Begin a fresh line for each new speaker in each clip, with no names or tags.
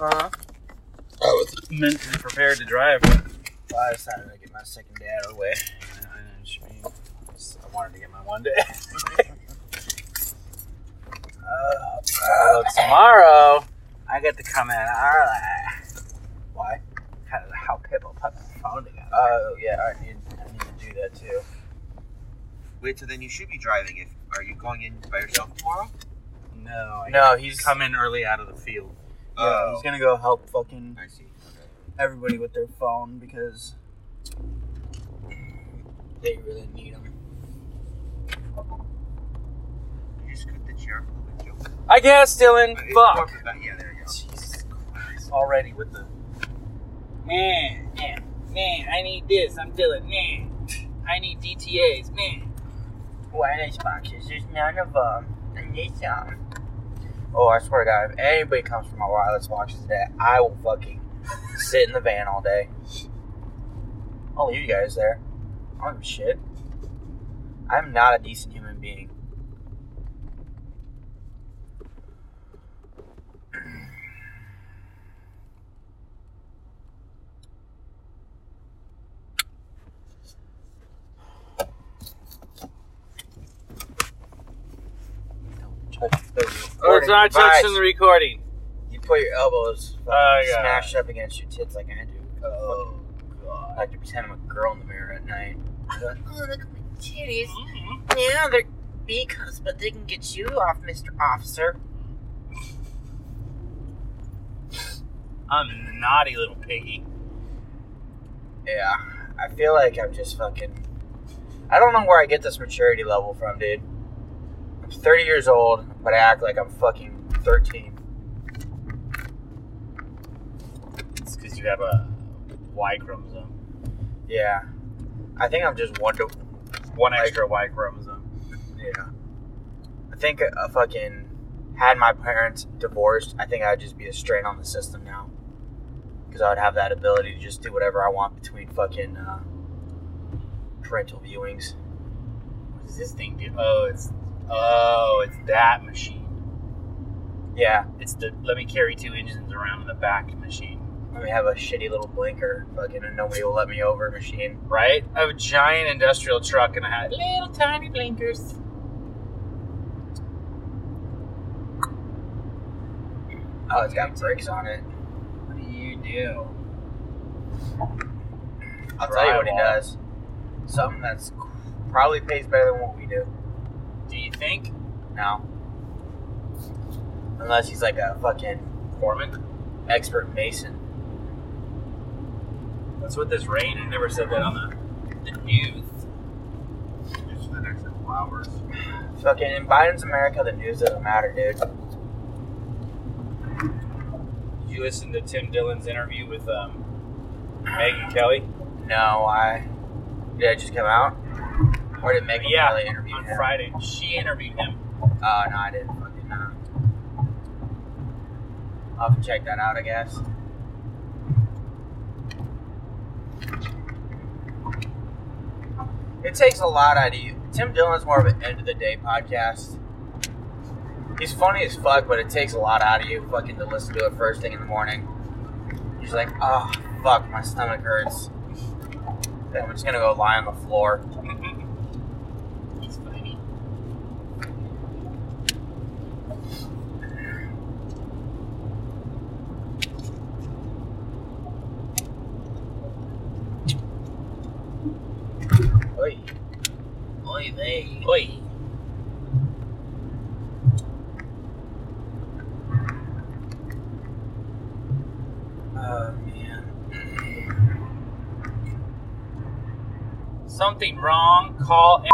Uh-huh.
I was
Mentally prepared to drive, but I decided to get my second day out of the way. And I just- I wanted to get my one day. uh, so tomorrow, I get to come in early. Why? How, how people put the phone together. Oh, yeah, I need, I need to do that too.
Wait, so then you should be driving. If are you going in by yourself tomorrow?
No, I
No, he's
come in early out of the field.
Yeah, he's gonna go help fucking
Oh, I see. Okay.
everybody with their phone because they really need them.
You just cut the chair up a little bit, Joe.
I guess, Dylan.
But it's more
Fuck.
of a- Yeah, there you go.
Jesus Christ. Already with the. Man, man, man, I need this. I'm Dylan. Man, I need DTAs. Man.
Wireless boxes. There's none of them. And this um. Oh, I swear to God, if anybody comes from my wireless boxes today, I will fucking sit in the van all day. I'll leave you guys there. I don't give a shit. I'm not a decent human being.
Oh, it's not touching the recording.
You put your elbows
Oh, God.
smashed up against your tits like I do. Oh, God. I like to pretend I'm a girl in the mirror at night.
Oh, look at my titties. Yeah, they're because, but they can get you off, Mr. Officer.
I'm a naughty little piggy.
Yeah, I feel like I'm just fucking. I don't know where I get this maturity level from, dude. I'm 30 years old, but I act like I'm fucking 13.
It's because you have a Y chromosome.
Yeah, I think I'm just wonder.
One extra Y chromosome.
Yeah, I think a fucking had my parents divorced, I think I'd just be a strain on the system now, because I would have that ability to just do whatever I want between fucking uh, parental viewings.
What does this thing do? Oh, it's oh, it's that machine.
Yeah,
It's the let me carry two engines around in the back machine.
let me have a shitty little blinker, fucking, and nobody will let me over machine.
Right? I have a giant industrial truck and I had little tiny blinkers.
Oh, it's got brakes on it.
What do you do?
I'll tell you what he
Drywall.
does. Something that's probably pays better than what we do
Do you think?
now. Unless he's like a fucking
Foreman?
expert mason.
That's what this rain. I never said that on the, the news.
Just for the next couple hours.
Fucking in Biden's America, the news doesn't matter, dude.
Did you listen to Tim Dillon's interview with um, Megan Kelly
No, I did it just come out. Or did Megan
Yeah,
Kelly interview
on
him?
Friday? She interviewed him.
Oh no, I didn't fucking know. I'll have to check that out, I guess. It takes a lot out of you. Tim Dillon's more of an end of the day podcast. He's funny as fuck, but it takes a lot out of you fucking to listen to it first thing in the morning. You're just like, oh fuck, my stomach hurts. Then I'm just gonna go lie on the floor.
He's funny.
Oy. Oy vey.
Oi.
Oh man.
Something wrong? Call.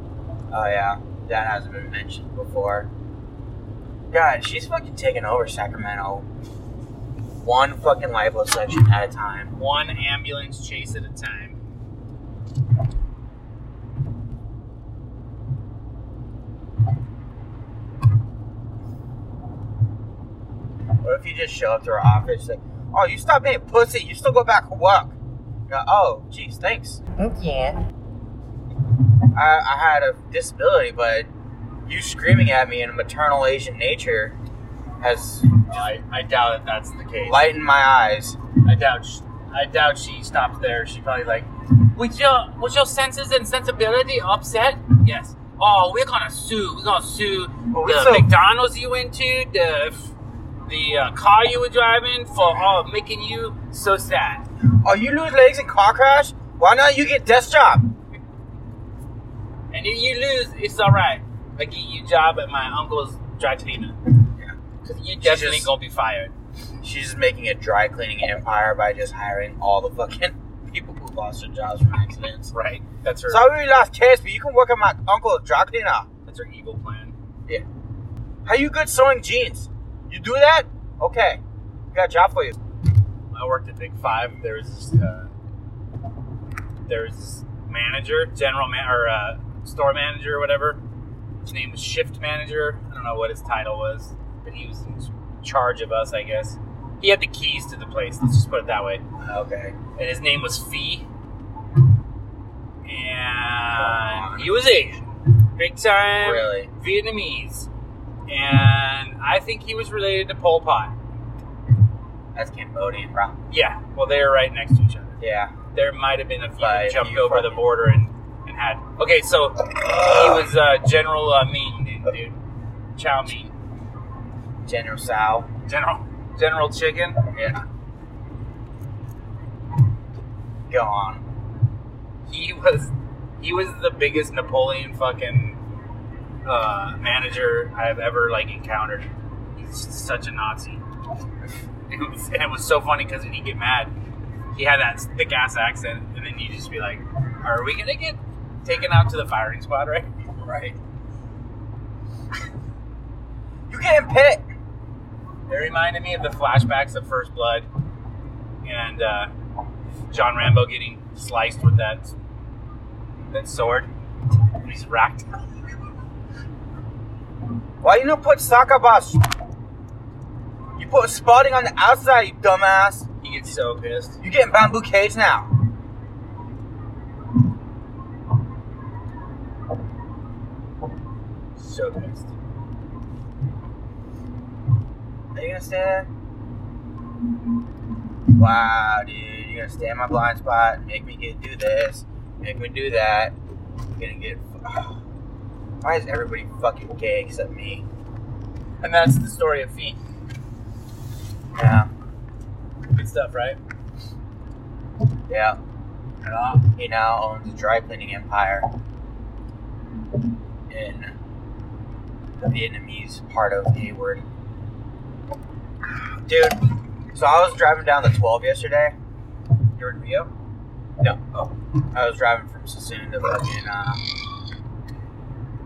Oh yeah, that hasn't been mentioned before. God, she's fucking taking over Sacramento. One fucking liposuction at a time.
one ambulance chase at a time.
What if you just show up to her office like, oh, you stop being pussy, you still go back to work. You're like, oh, jeez, thanks.
Oh, yeah.
I, I had a disability, but you screaming at me in a maternal Asian nature has
No, I, I doubt that that's the case.
Light in my eyes.
I doubt. She, I doubt she stops there. She probably like, was your was your senses and sensibility upset? Yes. Oh, we're gonna sue. We're gonna sue
Well, we
the
so-
McDonald's you went to, the the uh, car you were driving for all making you so sad.
Oh, you lose legs in car crash? Why not you get desk job?
And if you lose, it's all right. I get you a job at my uncle's dry cleaner.
Yeah.
Cause you definitely
just-
gonna be fired.
She's just making a dry cleaning empire by just hiring all the fucking people who lost their jobs from accidents.
Right. That's her.
Sorry we lost chance, but you can work at my uncle's dry cleaner.
that's her evil plan.
How you good sewing jeans? You do that? Okay. We got a job for you.
I worked at Big Five. There was this, uh, there was this manager, general man or uh, store manager or whatever. His name was shift manager. I don't know what his title was, but he was in charge of us, I guess. He had the keys to the place. Let's just put it that way.
Okay.
And his name was Fee. And he was Asian, big time
Really?
Vietnamese, and I think he was related to Pol Pot.
That's Cambodian, bro.
Yeah, well, they were right next to each other.
Yeah.
there might have been a few
Like,
that jumped
you
over the
fucking-
border and, and had. Okay, so he was uh, General uh, Mean, dude, dude. Chow Mean.
General Sal.
General General Chicken.
Yeah. Go on.
He was he was the biggest Napoleon fucking uh, manager I've ever like encountered. He's just such a Nazi. It was, and it was so funny because when he'd get mad, he had that thick ass accent, and then you'd just be like, "Are we gonna get taken out to the firing squad?" Right?
Right. you getting pit?
It reminded me of the flashbacks of First Blood and uh, John Rambo getting sliced with that that sword. He's racked.
Why you don't put soccer bus? You put spotting on the outside, you dumbass.
He gets so pissed.
You getting bamboo cage now?
So pissed.
Are you gonna stay there? Wow, dude, you're gonna stay in my blind spot, make me get do this, make me do that. I'm gonna get. Why is everybody fucking gay except me?
And that's the story of Fiend.
Yeah,
Good stuff, right?
yeah.
Yeah.
He now owns a dry cleaning empire in the Vietnamese part of Hayward. Dude, so I was driving down the 12 yesterday. You were in Rio? No. Oh. I was driving from Sassoon to fucking, uh,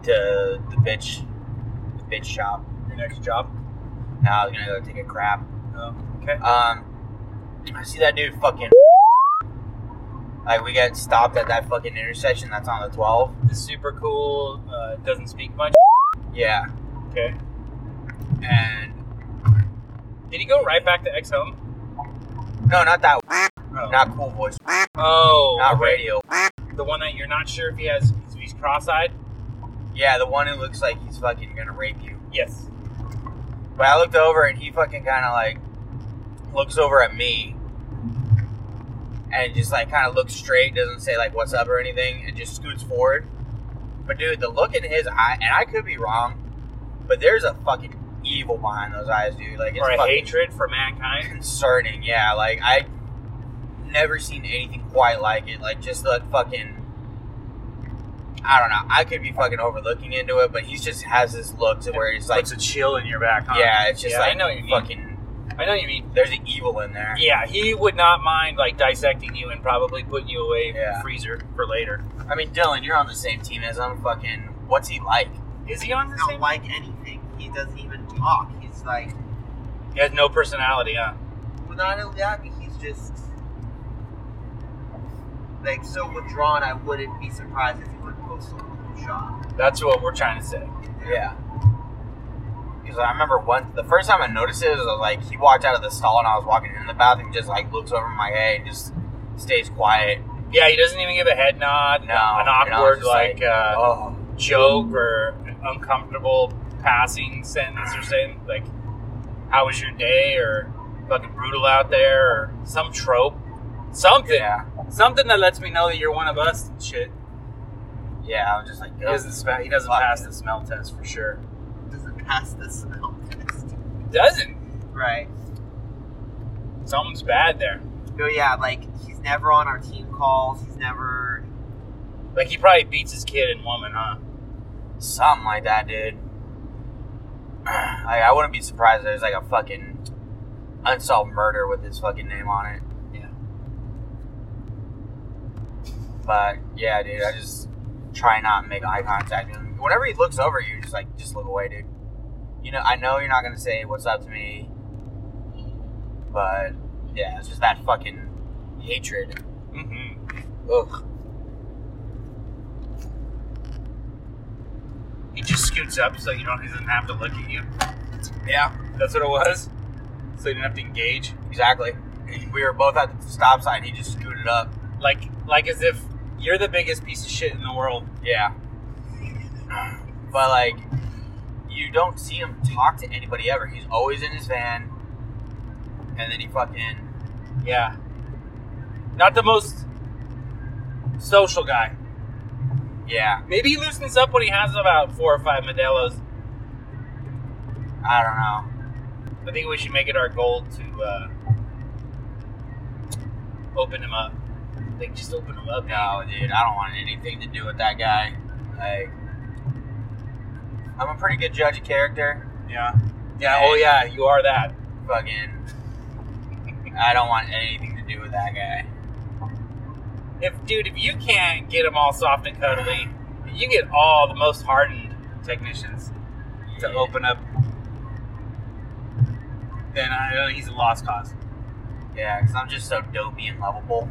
to the bitch, the bitch shop.
Your next job.
Now I was gonna go take a crap.
okay.
Um, I see that dude fucking. Like we got stopped at that fucking intersection that's on the 12.
This super cool. Uh, doesn't speak much.
Yeah,
Okay.
and
Did he go right back to X Home?
no, not that.
Oh.
Not cool voice.
oh.
Not
okay.
radio.
The one that you're not sure if he has. If he's cross-eyed.
Yeah, the one who looks like he's fucking gonna rape you.
Yes.
But I looked over and he fucking kind of like looks over at me and just like kind of looks straight, doesn't say like what's up or anything, and just scoots forward. But dude, the look in his eye, and I could be wrong, but there's a fucking evil behind those eyes, dude. Like it's
Or a
fucking
hatred for mankind.
concerning. Yeah, like I never seen anything quite like it. Like just that fucking. I don't know. I could be fucking overlooking into it, but he just has this look to where he's like
puts a chill in your back. Huh?
yeah, it's just
Yeah,
like
I know what you mean.
fucking.
I know what you mean.
There's an evil in there.
Yeah, he would not mind like dissecting you and probably putting you away in
Yeah.
the freezer for later.
I mean, Dylan, you're on the same team as I'm. Fucking, what's he like?
Is he on
He
the
doesn't
same?
like anything. He doesn't even talk. He's like,
He has no personality, huh?
well, not only that, but he's just like so withdrawn. I wouldn't be surprised if he went postal with the shop.
That's what we're trying to say.
Yeah. Because I remember one, the first time I noticed it was like he walked out of the stall and I was walking in the bathroom, just like looks over my head and just stays quiet.
Yeah, he doesn't even give a head nod,
No,
an
and I was
awkward
just like,
like, uh,
Oh,
joke or uncomfortable passing sentence or something. Like how was your day or fucking brutal out there or some trope. Something.
Yeah.
Something that lets me know that you're one of us and shit.
Yeah, I'm just like,
He doesn't, spe- he doesn't pass the smell test for sure.
Doesn't pass the smell test.
Doesn't.
Right.
Something's bad there.
So yeah, like he's never on our team calls. He's never.
Like he probably beats his kid and woman, huh?
something like that, dude. Like, I wouldn't be surprised if there's like a fucking unsolved murder with his fucking name on it.
Yeah.
But yeah, dude, I just try not to make eye contact with him. Whenever he looks over you, just like just look away, dude. You know, I know you're not gonna say what's up to me, but yeah, it's just that fucking hatred.
Mm-hmm.
Ugh.
He just scoots up so you don't he doesn't have to look at you.
Yeah,
That's what it was. So you didn't have to engage.
exactly. We were both at the stop sign. He just scooted up.
Like like as if you're the biggest piece of shit in the world.
Yeah. But like, you don't see him talk to anybody ever. He's always in his van, and then he fucking
Yeah. Not the most social guy.
yeah.
Maybe he loosens up when he has about four or five Modelo's.
I don't know.
I think we should make it our goal to uh, open him up. Like just open him up.
No, dude, I don't want anything to do with that guy. Like, I'm a pretty good judge of character.
Yeah. Yeah. Oh yeah, you are that.
Fucking, I don't want anything to do with that guy.
If dude, if you can't get them all soft and cuddly, you get all the most hardened technicians to open up. Then I know he's a lost cause.
Yeah, because I'm just so dopey and lovable.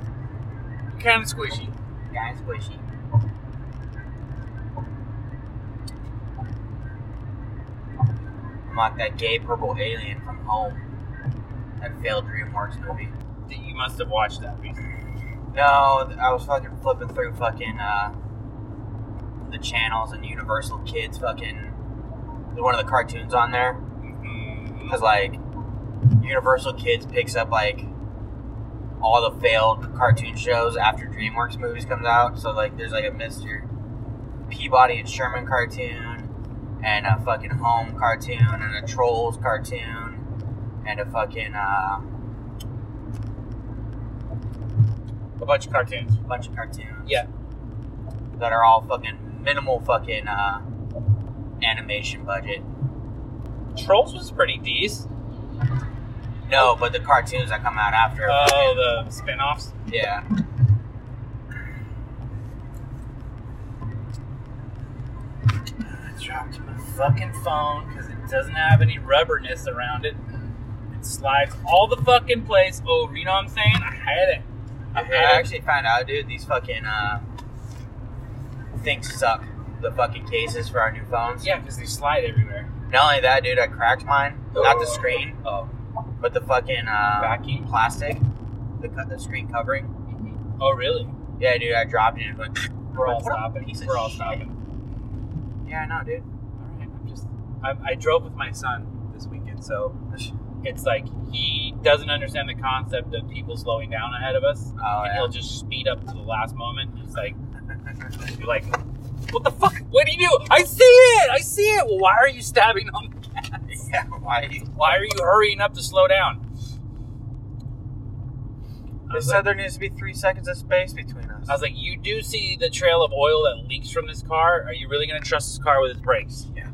Kind of squishy.
Guys, squishy. I'm like that gay purple alien from home. That failed DreamWorks movie.
You must have watched that recently.
No, th- I was fucking flipping through fucking uh, the channels and Universal Kids fucking one of the cartoons on there.
Mhm.
Because, like, Universal Kids picks up, like, all the failed cartoon shows after DreamWorks movies comes out. So, like, there's, like, a Mr. Peabody and Sherman cartoon, and a fucking Home cartoon, and a Trolls cartoon, and a fucking, uh,
A bunch of cartoons.
bunch of cartoons.
Yeah.
That are all fucking minimal fucking, uh, animation budget.
Trolls was pretty decent.
No, but the cartoons that come out after.
Oh, the spin-offs.
Yeah.
I dropped my fucking phone because it doesn't have any rubberness around it. It slides all the fucking place over. You know what I'm saying? I hate it. I
I
hate it.
actually found out, dude, these fucking uh, things suck. The fucking cases for our new phones.
Yeah, because they slide everywhere.
Not only that, dude, I cracked mine. Not the screen,
Oh,
but the fucking uh,
vacuum.
plastic, the, co- the screen covering.
Oh, really?
Yeah, dude, I dropped it. And it went,
We're all
What a
stopping.
piece of
We're all
shit.
stopping.
yeah, I know, dude.
All right, I'm just. I, I drove with my son this weekend, so
Oh,
it's like he doesn't understand the concept of people slowing down ahead of us.
Oh,
and
yeah.
he'll just speed up to the last moment. And it's like, you're like, what the fuck? What do you do? I see it! I see it! Well, why are you stabbing him?
yeah. Why are you?
Why are you hurrying up to slow down? I
They
was,
said
like,
there needs to be three seconds of space between us.
I was like, you do see the trail of oil that leaks from this car. Are you really going to trust this car with its brakes?
Yeah.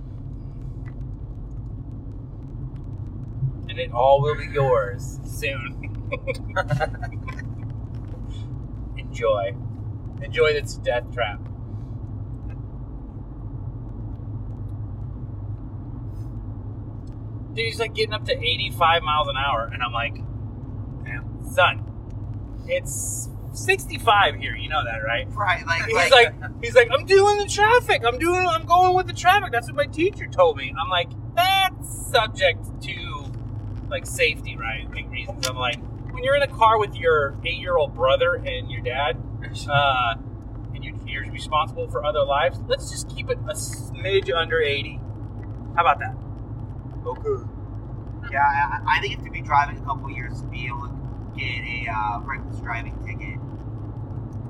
And it all will be yours soon. Enjoy. Enjoy this death trap. Dude, he's like getting up to 85 miles an hour, and I'm like, son, it's 65 here. You know that, right?
Right. Like.
He's like, he's like, I'm doing the traffic. I'm doing, I'm going with the traffic. That's what my teacher told me. I'm like, that's subject to like safety, right? Like reasons. I'm like, when you're in a car with your eight-year-old brother and your dad, uh, and you, you're responsible for other lives, let's just keep it a smidge under 80. How about that?
okay.
Yeah, I, I think you have to be driving a couple years to be able to get a uh, reckless driving ticket.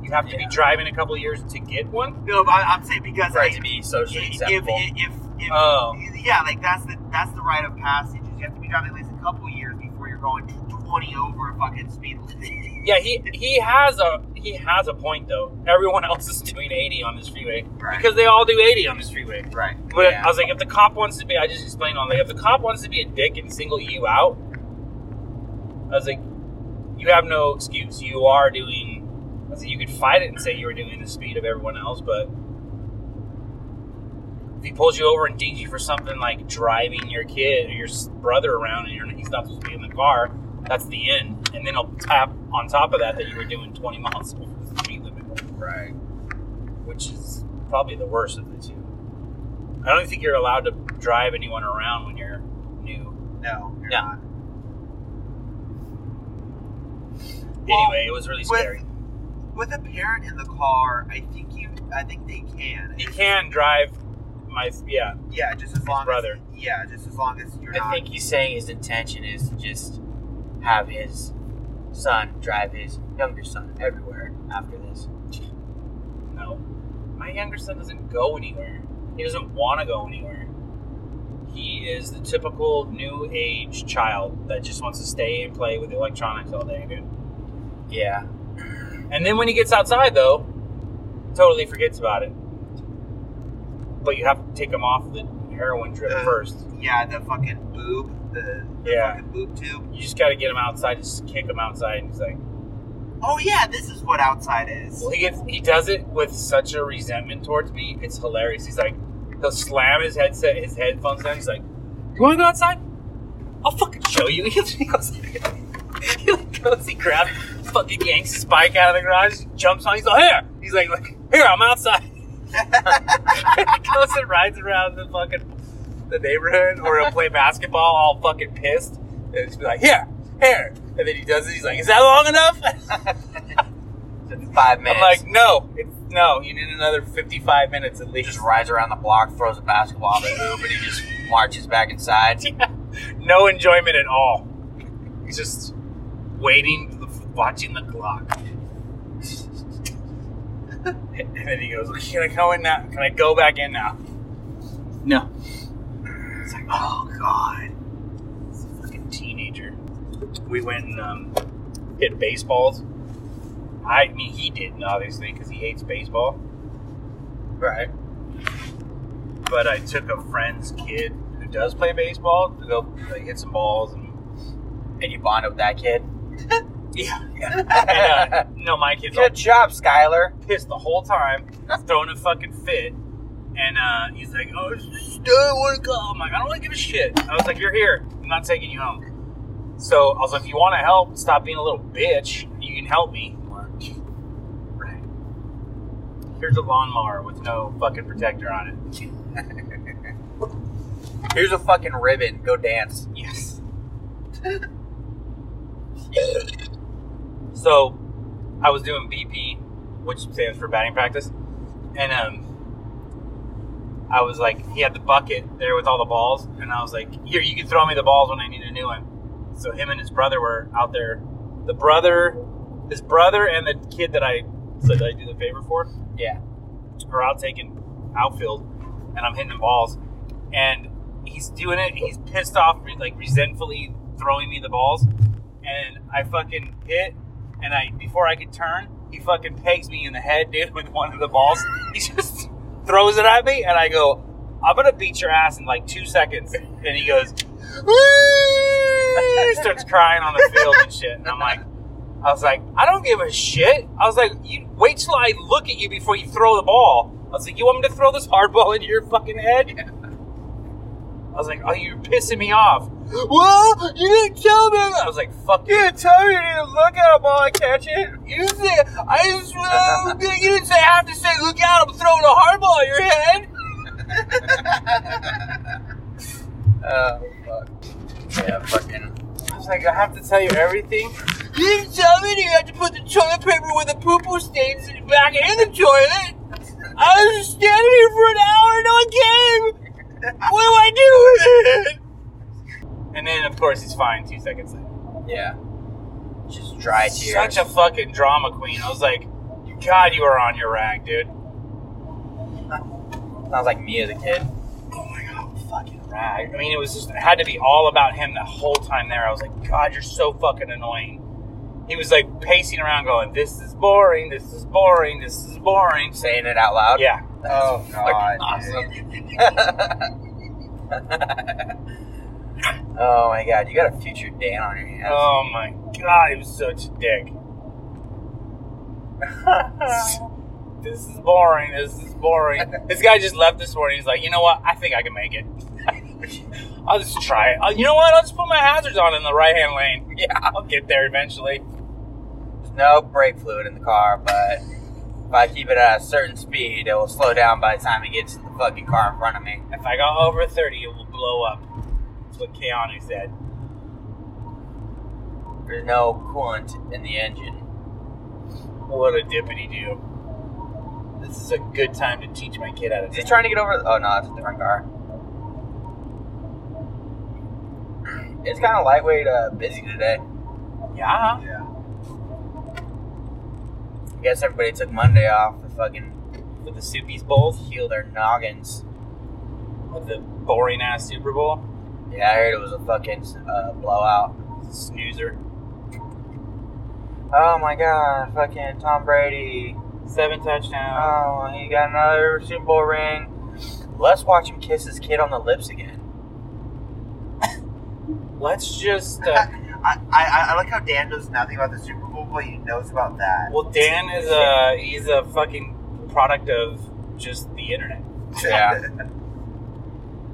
You have to be driving a couple years to get one.
No, but I'm saying because
For it
I,
to be socially
if, if,
acceptable.
if, if-
Oh.
yeah, like that's the that's the rite of passage. is You have to be driving at least a couple years before you're going 20 over a fucking speed limit.
Yeah, he he has a he has a point though. Everyone else is doing 80 on this freeway
Right.
because they all do 80 on this freeway.
Right.
But
Yeah.
I was like, if the cop wants to be, I just explained on like, if the cop wants to be a dick and single you out, I was like, you have no excuse. You are doing. I was like, you could fight it and say you were doing the speed of everyone else, but if he pulls you over and dings you for something like driving your kid or your s- brother around and you're, he's not supposed to be in the car, that's the end. And then he'll tap on top of that that you were doing 20 miles over the speed limit
Right.
which is probably the worst of the two. I don't think you're allowed to drive anyone around when you're new.
No. You're
Yeah.
Not. Well,
Anyway, it was really
with-
scary.
With a parent in the car, I think you. I think they can.
He can drive my yeah.
Yeah, just as long
brother.
as yeah, just as long as you're
I
not
think he's saying his intention is to just have his son drive his younger son everywhere after this.
No, my younger son doesn't go anywhere. He doesn't want to go anywhere. He is the typical new age child that just wants to stay and play with electronics all day, dude.
Yeah.
And then when he gets outside, though, totally forgets about it. But you have to take him off the heroin trip
Uh,
first.
yeah the fucking boob the, the
Yeah.
fucking boob tube.
You just got to get him outside. Just kick him outside. And he's like,
Oh yeah, this is what outside is.
well, he gets he does it with such a resentment towards me. It's hilarious. He's like, he'll slam his headset, his headphones down. He's like, you want to go outside? I'll fucking show you. He goes, he like goes, he grabs, fucking yanks his bike out of the garage, jumps on. He's like, here. He's like, look, here, I'm outside. he goes and rides around the fucking the neighborhood, or he'll play basketball, all fucking pissed, and just be like, here, here. And then he does it. He's like, is that long enough?
Five minutes.
I'm like, no, it's, no, you need another 55 minutes at
he
least.
just rides around the block, throws a basketball at the hoop, and he just marches back inside.
No enjoyment at all. He's just waiting, watching the clock. and then he goes, can I go in now? Can I go back in now? No. It's like, oh, God. It's a fucking teenager. We went and um, hit baseballs. I mean, he didn't, obviously, because he hates baseball.
Right.
but I took a friend's kid who does play baseball to go like, hit some balls and
And you bond with that kid.
yeah. and, uh, no, my kid's all
Good job, Skylar.
pissed the whole time, throwing a fucking fit, and uh, he's like, "Oh, just do it, want to go?" I'm like, "I don't want to give a shit." I was like, "You're here. I'm not taking you home." So I was like, "If you want to help, stop being a little bitch. You can help me." I'm like, Right. Here's a lawnmower with no fucking protector on it.
Here's a fucking ribbon. Go dance.
Yes. so, I was doing BP, which stands for batting practice, and um, I was like, he had the bucket there with all the balls, and I was like, here, you can throw me the balls when I need a new one. So him and his brother were out there. The brother, his brother, and the kid that I said that I do the favor for
Yeah.
or out taking outfield, and I'm hitting the balls. And he's doing it. He's pissed off, like resentfully throwing me the balls. And I fucking hit, and I before I could turn, he fucking pegs me in the head, dude, with one of the balls. He just throws it at me, and I go, "I'm gonna beat your ass in like two seconds." And he goes, he starts crying on the field and shit. And I'm like, I was like, I don't give a shit. I was like, you wait till I look at you before you throw the ball. I was like, you want me to throw this hard ball into your fucking head? I was like, oh, you're pissing me off. Well, you didn't tell me. I was like, fuck you. didn't tell me you didn't look at a ball and catch it. You said, I just, uh, you didn't say, I have to say, look out, I'm throwing a hard ball at your head.
Oh, fuck. Yeah, fucking.
I was like, I have to tell you everything. You didn't tell me that you had to put the toilet paper with the poo poo stains back in the toilet. I was just standing here for an hour and no one came. What do I do with it? And then, of course, he's fine two seconds later.
Yeah. Just dry tears.
Such a fucking drama queen. I was like, God, you are on your rag, dude.
Sounds like me as a kid.
Oh my God, fucking rag. I mean, it was just, it had to be all about him the whole time there. I was like, God, you're so fucking annoying. He was like pacing around going, This is boring, this is boring, this is boring. Say,
Saying it out loud.
yeah.
Oh god.
Awesome.
dude. oh my god, you got a future Dan on your hands.
Oh my God, he was such a dick. this is boring, this is boring. This guy just left this morning. He's like, You know what? I think I can make it. I'll just try it. Uh, You know what? I'll just put my hazards on in the right hand lane.
Yeah.
I'll get there eventually.
There's no brake fluid in the car, but if I keep it at a certain speed, it will slow down by the time it gets to the fucking car in front of me.
If I go over 30, it will blow up. That's what Keanu said.
There's no coolant in the engine.
What a dippity do. This is a good time to teach my kid how to
Is he trying to get over? Oh no, that's a different car. It's kind of lightweight, uh, busy today.
Yeah.
I guess everybody took Monday off to fucking
With the Soupies Bowls.
heal their noggins.
With the boring ass Super Bowl.
Yeah, I heard it was a fucking uh, blowout.
Snoozer.
Oh my god, fucking Tom Brady.
Seven touchdowns.
Oh, he got another Super Bowl ring. Let's watch him kiss his kid on the lips again.
Let's just. Uh,
I, I, I like how Dan knows nothing about the Super Bowl, but he knows about that.
well, Dan is a. He's a fucking product of just the internet.
Yeah.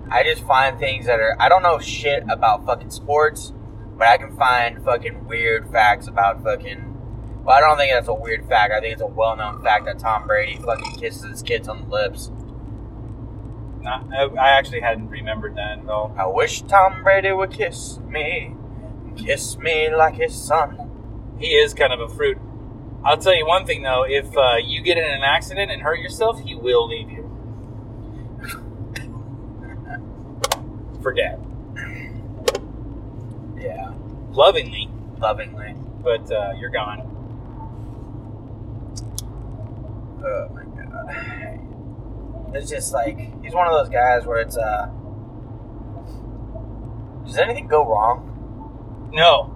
I just find things that are. I don't know shit about fucking sports, but I can find fucking weird facts about fucking. Well, I don't think that's a weird fact. I think it's a well known fact that Tom Brady fucking kisses his kids on the lips.
Not, I I actually hadn't remembered that at all.
I wish Tom Brady would kiss me. Kiss me like his son.
He is kind of a fruit. I'll tell you one thing though: if uh, you get in an accident and hurt yourself, he will leave you for dead,
Yeah.
lovingly,
Lovingly.
but uh, you're gone.
Oh my god. It's just like he's one of those guys where it's uh Does anything go wrong?
No,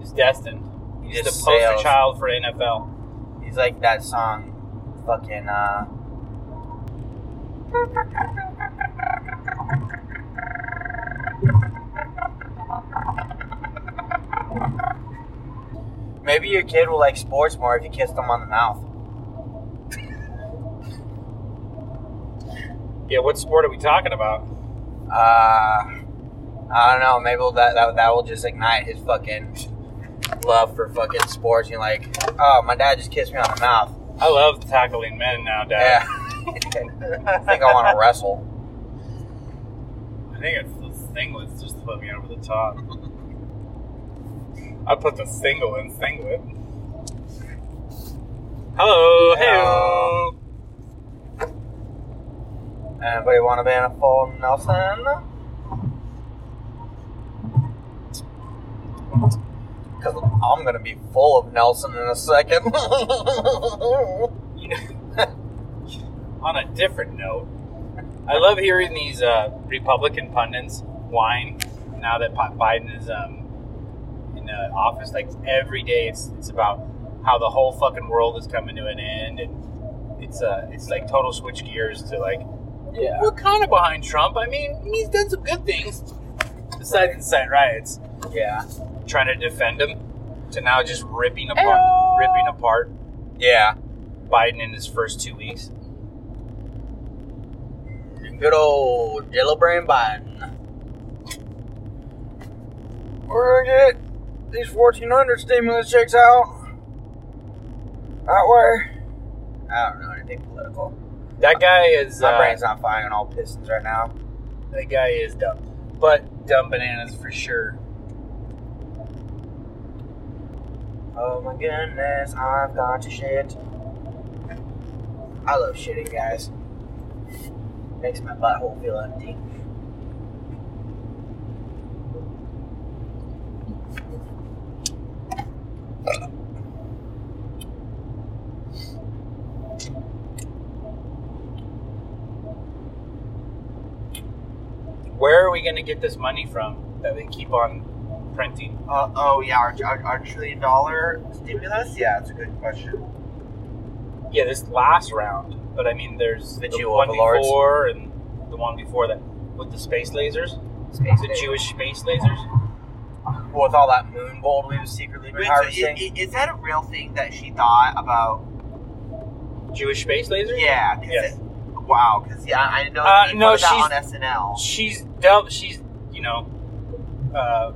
he's destined.
He
He's
just
the poster
sails.
child for NFL.
He's like that song fucking uh Maybe your kid will like sports more if you kissed him on the mouth.
Yeah, what sport are we talking about?
Uh, I don't know. Maybe that, that that will just ignite his fucking love for fucking sports. You're like, oh, my dad just kissed me on the mouth.
I love tackling men now, Dad.
Yeah, I think I want to wrestle.
I think it's the singlets just put me over the top. I put the single in singlet. Hello,
Hello.
hello.
Anybody want to be in a full Nelson? Because I'm gonna be full of Nelson in a second.
On a different note, I love hearing these uh, Republican pundits whine now that Bi- Biden is um, in uh, office. Like every day, it's it's about how the whole fucking world is coming to an end, and it's uh, it's like total switch gears to like
Yeah.
we're kind of behind Trump. I mean, he's done some good things besides inciting riots.
yeah,
Trying to defend him to now just ripping apart, ripping apart
yeah.
Biden in his first two weeks.
Good old Jello Brain Biden. We're gonna get these 1400 stimulus checks out. That way. I don't know anything political.
That guy is
My
uh,
brain's not firing on all pistons right now.
that guy is dumb, but dumb bananas for sure.
Oh my goodness, I've got to shit. I love shitting, guys. Makes my butthole feel empty.
we going to get this money from that they keep on printing?
Uh, oh yeah, our, our, our trillion dollar stimulus. Yeah, that's a good question.
Yeah, this last round, but I mean, there's
The
the,
Jew
one
overlords.
before and the one before that with the space lasers,
Space
the
Invaders.
Jewish space lasers.
Well, with all that moon gold we was secretly been
Wait, so is,
harvesting.
is- is that a real thing that she thought about?
Jewish space lasers.
Yeah. 'cause
Yes.
it- wow. Because yeah, I I know
Uh,
they
no,
put that on SNL.
She's dealt. She's you know uh,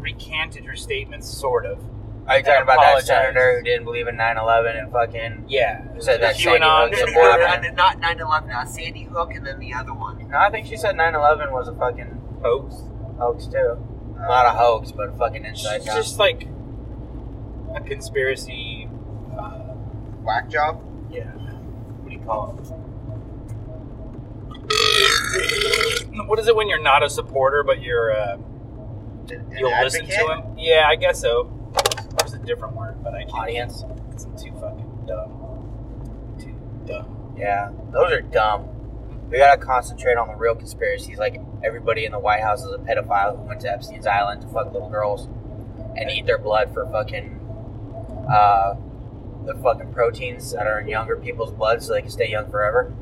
recanted her statements, sort of.
Are you talking
and
about that
apologize.
senator who didn't believe in 9-11 and fucking...
Yeah,
Said that
she went
Sandy
on
Hook
to
is important.
murder
happened.
And not 9/11, uh, Sandy Hook, and then the other one.
No, I think she said 9-11 was a fucking
folks.
hoax, too. Not a hoax, but a fucking inside
She's
job.
just like a conspiracy. Uh,
Whack job.
yeah, what do you call it? What is it when you're not a supporter but you're uh,
An
you'll listen to
advocate?
him? Yeah, I guess so. There's a different word, but I can't.
Audience.
It's too fucking dumb. Too dumb.
Yeah, those are dumb. We gotta concentrate on the real conspiracies. Like everybody in the White House is a pedophile who went to Epstein's Island to fuck little girls and eat their blood for fucking uh, the fucking proteins that are in younger people's blood, so they can stay young forever.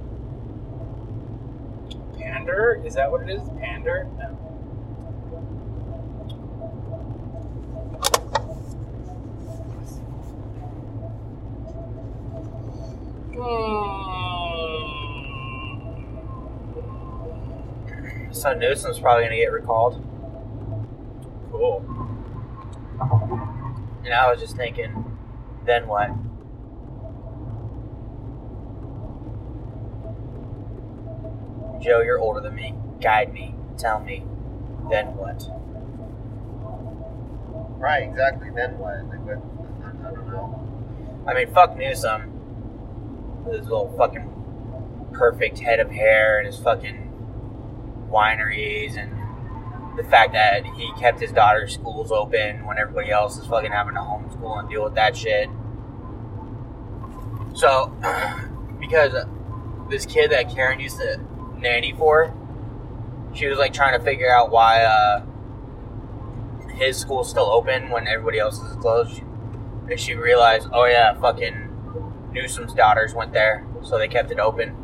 Pander? Is that what it is? Pander? No. Hmm.
So Newsom's probably gonna get recalled.
Cool.
And I was just thinking, then what? Joe, you're older than me. Guide me. Tell me. Then what?
Right. Exactly. Then what? Like what? I don't know.
I mean, fuck Newsom. With his little fucking perfect head of hair and his fucking wineries and the fact that he kept his daughter's schools open when everybody else is fucking having to homeschool and deal with that shit. So, because this kid that Karen used to nanny for, she was like trying to figure out why uh, his school's still open when everybody else is closed. And she realized, oh yeah, fucking Newsom's daughters went there, so they kept it open.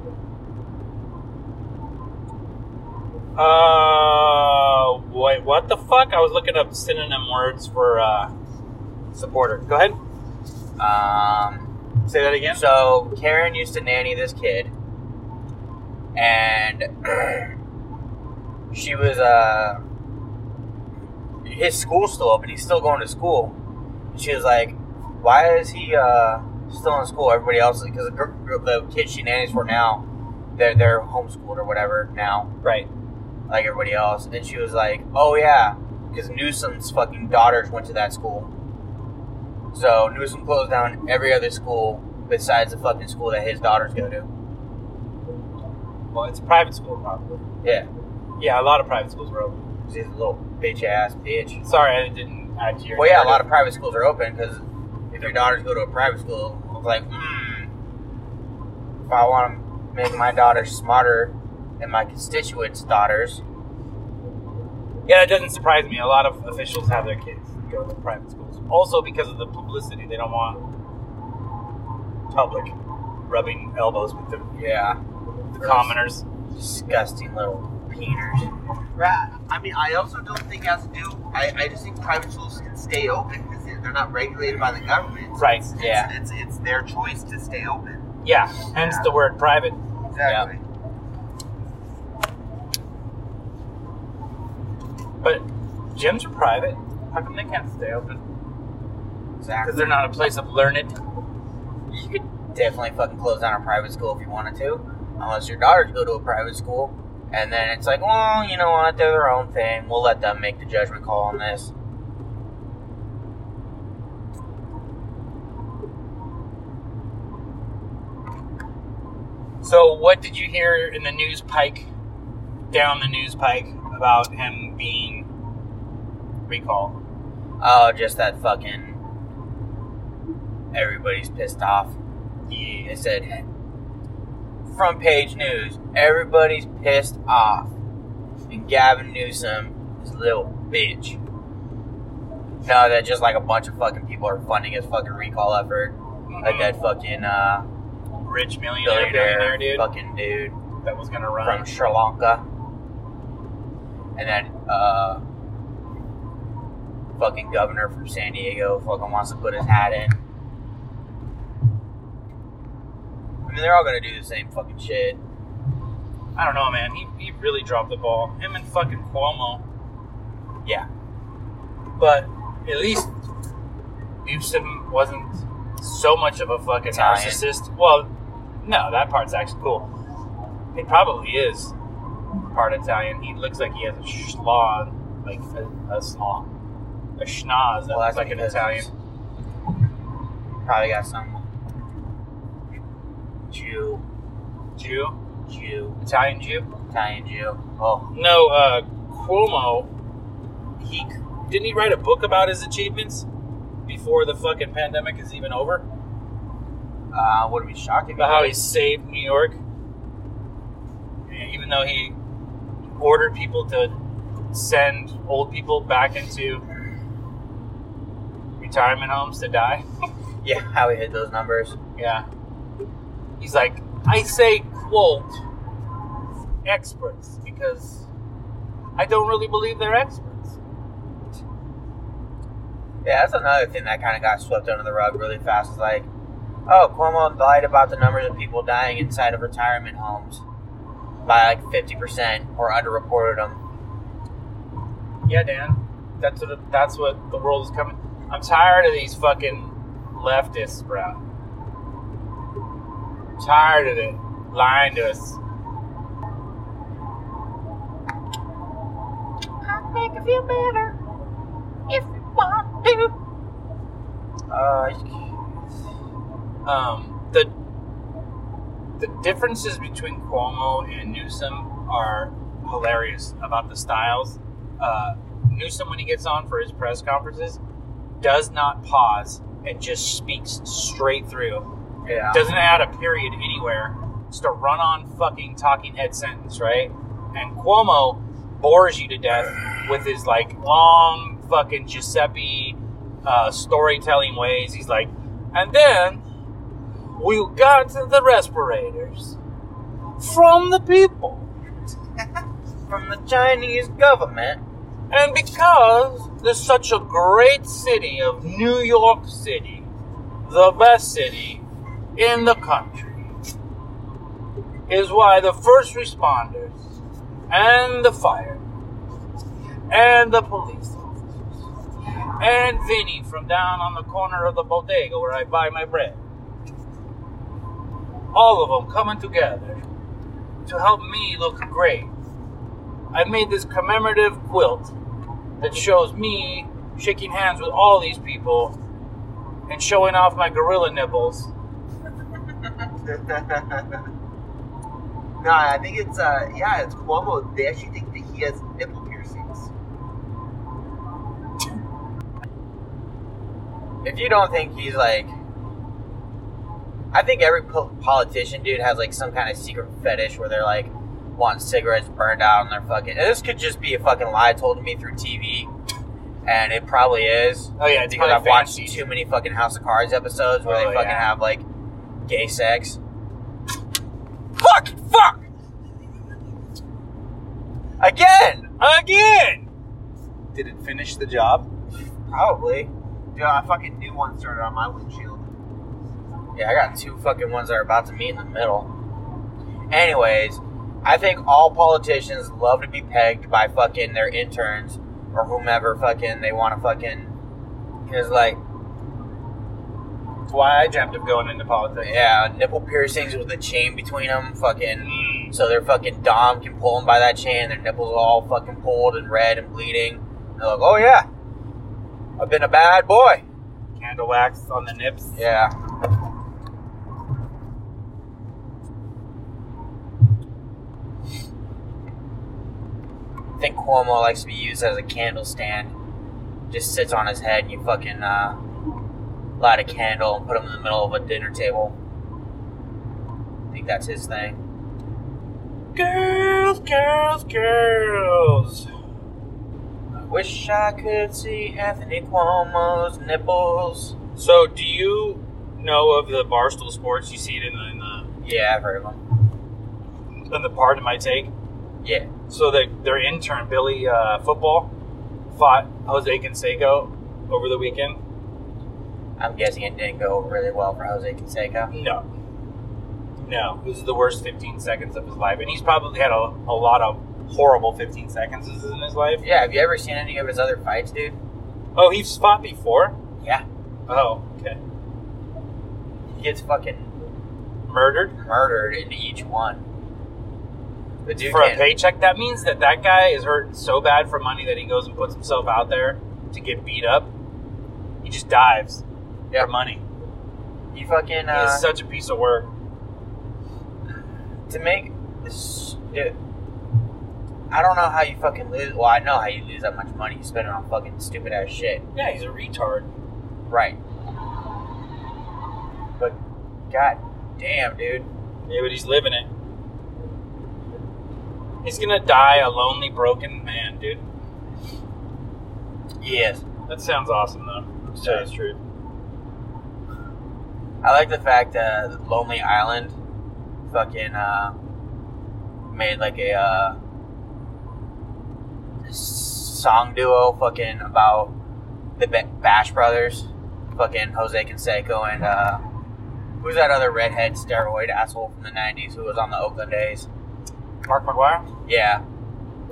Uh, wait, what the fuck? I was looking up synonym words for uh, supporter. Go ahead.
Um,
Say that again.
so Karen used to nanny this kid, and she was uh, his school's still open. He's still going to school. She was like, why is he uh still in school? Everybody else, because the, gr- the kids she nannies for now, they're they're homeschooled or whatever now.
Right.
like everybody else. And she was like, oh yeah, because Newsom's fucking daughters went to that school. So Newsom closed down every other school besides the fucking school that his daughters go to.
Well, it's a private school, probably.
Yeah,
Yeah, a lot of private schools were open.
'cause he's a little bitch ass bitch.
Sorry, I didn't add to your.
Well, yeah, a lot
narrative.
of private schools are open because if your daughters go to a private school, it's like, hmm, if I want to make my daughters smarter than my constituents' daughters,
Yeah, that doesn't surprise me. A lot of officials have their kids go to private schools. Also, because of the publicity, they don't want public rubbing elbows with the,
yeah,
the commoners.
disgusting little peeners.
Right. I mean, I also don't think it has to do. I, I just think private schools can stay open because they're not regulated by the government. So
Right.
It's,
Yeah.
It's, it's their choice to stay open.
Yeah. Hence the word private.
Exactly.
But gyms are private. How come they can't stay open?
Exactly.
Because they're not a place of learned.
You could definitely fucking close down a private school if you wanted to, unless your daughters go to a private school. And then it's like, well, you know what? They're their own thing. We'll let them make the judgment call on this.
So, what did you hear in the news pike, down the news pike, about him being recalled?
Oh, just that fucking. Everybody's pissed off.
Yeah.
They said, front page news. Everybody's pissed off. and Gavin Newsom is a little bitch. No, that just like a bunch of fucking people are funding his fucking recall effort. Like that fucking uh,
rich millionaire
billionaire
billionaire dude
fucking dude
that was gonna
from
run.
Sri Lanka. And then uh, fucking governor from San Diego fucking wants to put his hat in. I mean, they're all gonna do the same fucking shit.
I don't know, man. He, he really dropped the ball. Him and fucking Cuomo.
Yeah.
But at least Newsom wasn't so much of a fucking
Italian.
narcissist. Well, no, that part's actually cool. It probably is part Italian. He looks like he has a schnoz, like a, a schnoz, a schnoz that
Well,
looks
that's
like an
because
Italian.
he's Probably got some Jew,
Jew,
Jew,
Italian Jew.
Italian Jew. Oh,
No, uh, Cuomo, he didn't he write a book about his achievements before the fucking pandemic is even over?
uh, I wouldn't be shocked if he
About how he saved New York, even though he ordered people to send old people back into retirement homes to die.
Yeah, how he hit those numbers.
Yeah. He's like, I say quote experts because I don't really believe they're experts.
Yeah, that's another thing that kind of got swept under the rug really fast. Is like, oh, Cuomo lied about the numbers of people dying inside of retirement homes by like fifty percent, or underreported them.
Yeah, Dan. That's what that's what the world is coming. I'm tired of these fucking leftists, bro. I'm tired of it lying to us.
I'll make you feel better if you want to.
Uh,
Um, the the differences between Cuomo and Newsom are hilarious about the styles. Uh, Newsom, when he gets on for his press conferences, does not pause and just speaks straight through.
yeah,
doesn't add a period anywhere. Just a run on fucking talking head sentence, right? And Cuomo bores you to death with his like long fucking Giuseppe uh, storytelling ways. He's like, and then we got the respirators from the people.
from the Chinese government.
And because there's such a great city of New York City, the best city in the country, is why the first responders and the fire and the police officers and Vinny from down on the corner of the bodega where I buy my bread, all of them coming together to help me look great. I made this commemorative quilt that shows me shaking hands with all these people and showing off my gorilla nipples.
no, I think it's uh, yeah, it's Cuomo. They actually think that he has nipple piercings.
If you don't think he's like, I think every po- politician dude has like some kind of secret fetish where they're like wanting cigarettes burned out on their fucking. And this could just be a fucking lie told to me through TV, and it probably is.
Oh yeah, it's
because
probably
I've watched
fancy.
too many fucking House of Cards episodes where
Oh,
they fucking
yeah.
have like gay sex. Fuck! Fuck! Again!
again.
Did it finish the job?
Probably.
Dude, I fucking knew one started on my windshield.
Yeah, I got two fucking ones that are about to meet in the middle. Anyways, I think all politicians love to be pegged by fucking their interns or whomever fucking they want to fucking. Because, like,
That's why I dreamt of going into politics.
yeah, nipple piercings with a chain between them, fucking.
Mm.
So their fucking dom can pull them by that chain. Their nipples are all fucking pulled and red and bleeding. They're like, oh yeah, I've been a bad boy.
Candle wax on the nips.
Yeah. I think Cuomo likes to be used as a candle stand. Just sits on his head and you fucking uh, light a candle and put him in the middle of a dinner table. I think that's his thing.
Girls, girls, girls.
Wish I could see Anthony Cuomo's nipples.
So, do you know of the Barstool Sports? You see it in the in the,
Yeah, I've heard of him.
in the part of my take.
Yeah.
So their their intern Billy uh, Football fought Jose Canseco over the weekend.
I'm guessing it didn't go really well for Jose Canseco.
No, no, it was the worst 15 seconds of his life, and he's probably had a, a lot of horrible 15 seconds in his life.
Yeah, have you ever seen any of his other fights, dude?
Oh, he's fought before.
Yeah.
Oh, okay.
He gets fucking
Murdered
murdered in each one. The dude
for a
can't-
paycheck. That means that that guy is hurting so bad for money that he goes and puts himself out there to get beat up. He just dives
Yeah.
for money.
He fucking
he
uh,
is such a piece of work.
to make this. Dude, I don't know how you fucking lose. Well, I know how you lose that much money. You spend it on fucking stupid ass shit.
Yeah, he's a retard.
Right. But god damn, dude.
Yeah, but he's living it. He's gonna die a lonely, broken man, dude.
Yes.
That sounds awesome, though. To tell you the truth.
I like the fact that Lonely Island fucking uh, made like a uh, song duo fucking about the Ba- Bash Brothers, fucking Jose Canseco and uh, who's that other redhead steroid asshole from the 90s who was on the Oakland A's?
Mark McGuire.
Yeah,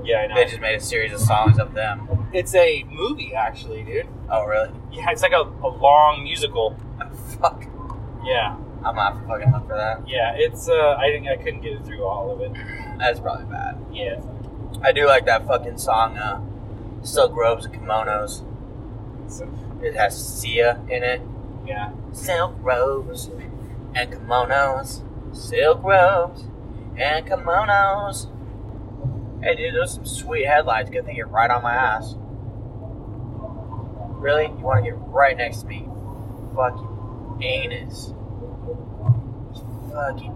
Yeah, I know.
they just made a series of songs of them.
It's a movie, actually, dude.
Oh, really?
Yeah, it's like a, a long musical.
Fuck.
Yeah,
I'm gonna have to fucking look for that.
yeah. It's uh, I think I couldn't get through all of it.
That's probably bad.
Yeah.
I do like that fucking song, uh, Silk Robes and Kimonos.
So-
It has Sia in it.
Yeah.
Silk robes and kimonos. Silk robes and kimonos. Hey, dude, those are some sweet headlights. Good thing you're right on my ass. Really? You want to get right next to me? Fucking anus. Fucking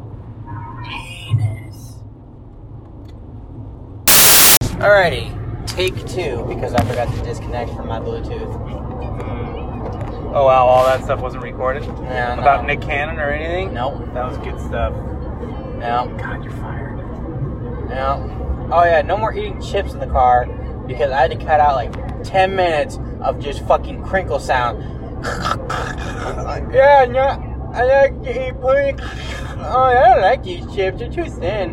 anus. Alrighty, take two because I forgot to disconnect from my Bluetooth.
Oh wow, all that stuff wasn't recorded.
No, no.
About Nick Cannon or anything?
Nope.
That was good stuff.
No.
God, you're fired.
No. Oh yeah, no more eating chips in the car because I had to cut out like ten minutes of just fucking crinkle sound. yeah, no, I like to eat pudding. Oh, I don't like these chips; they're too thin.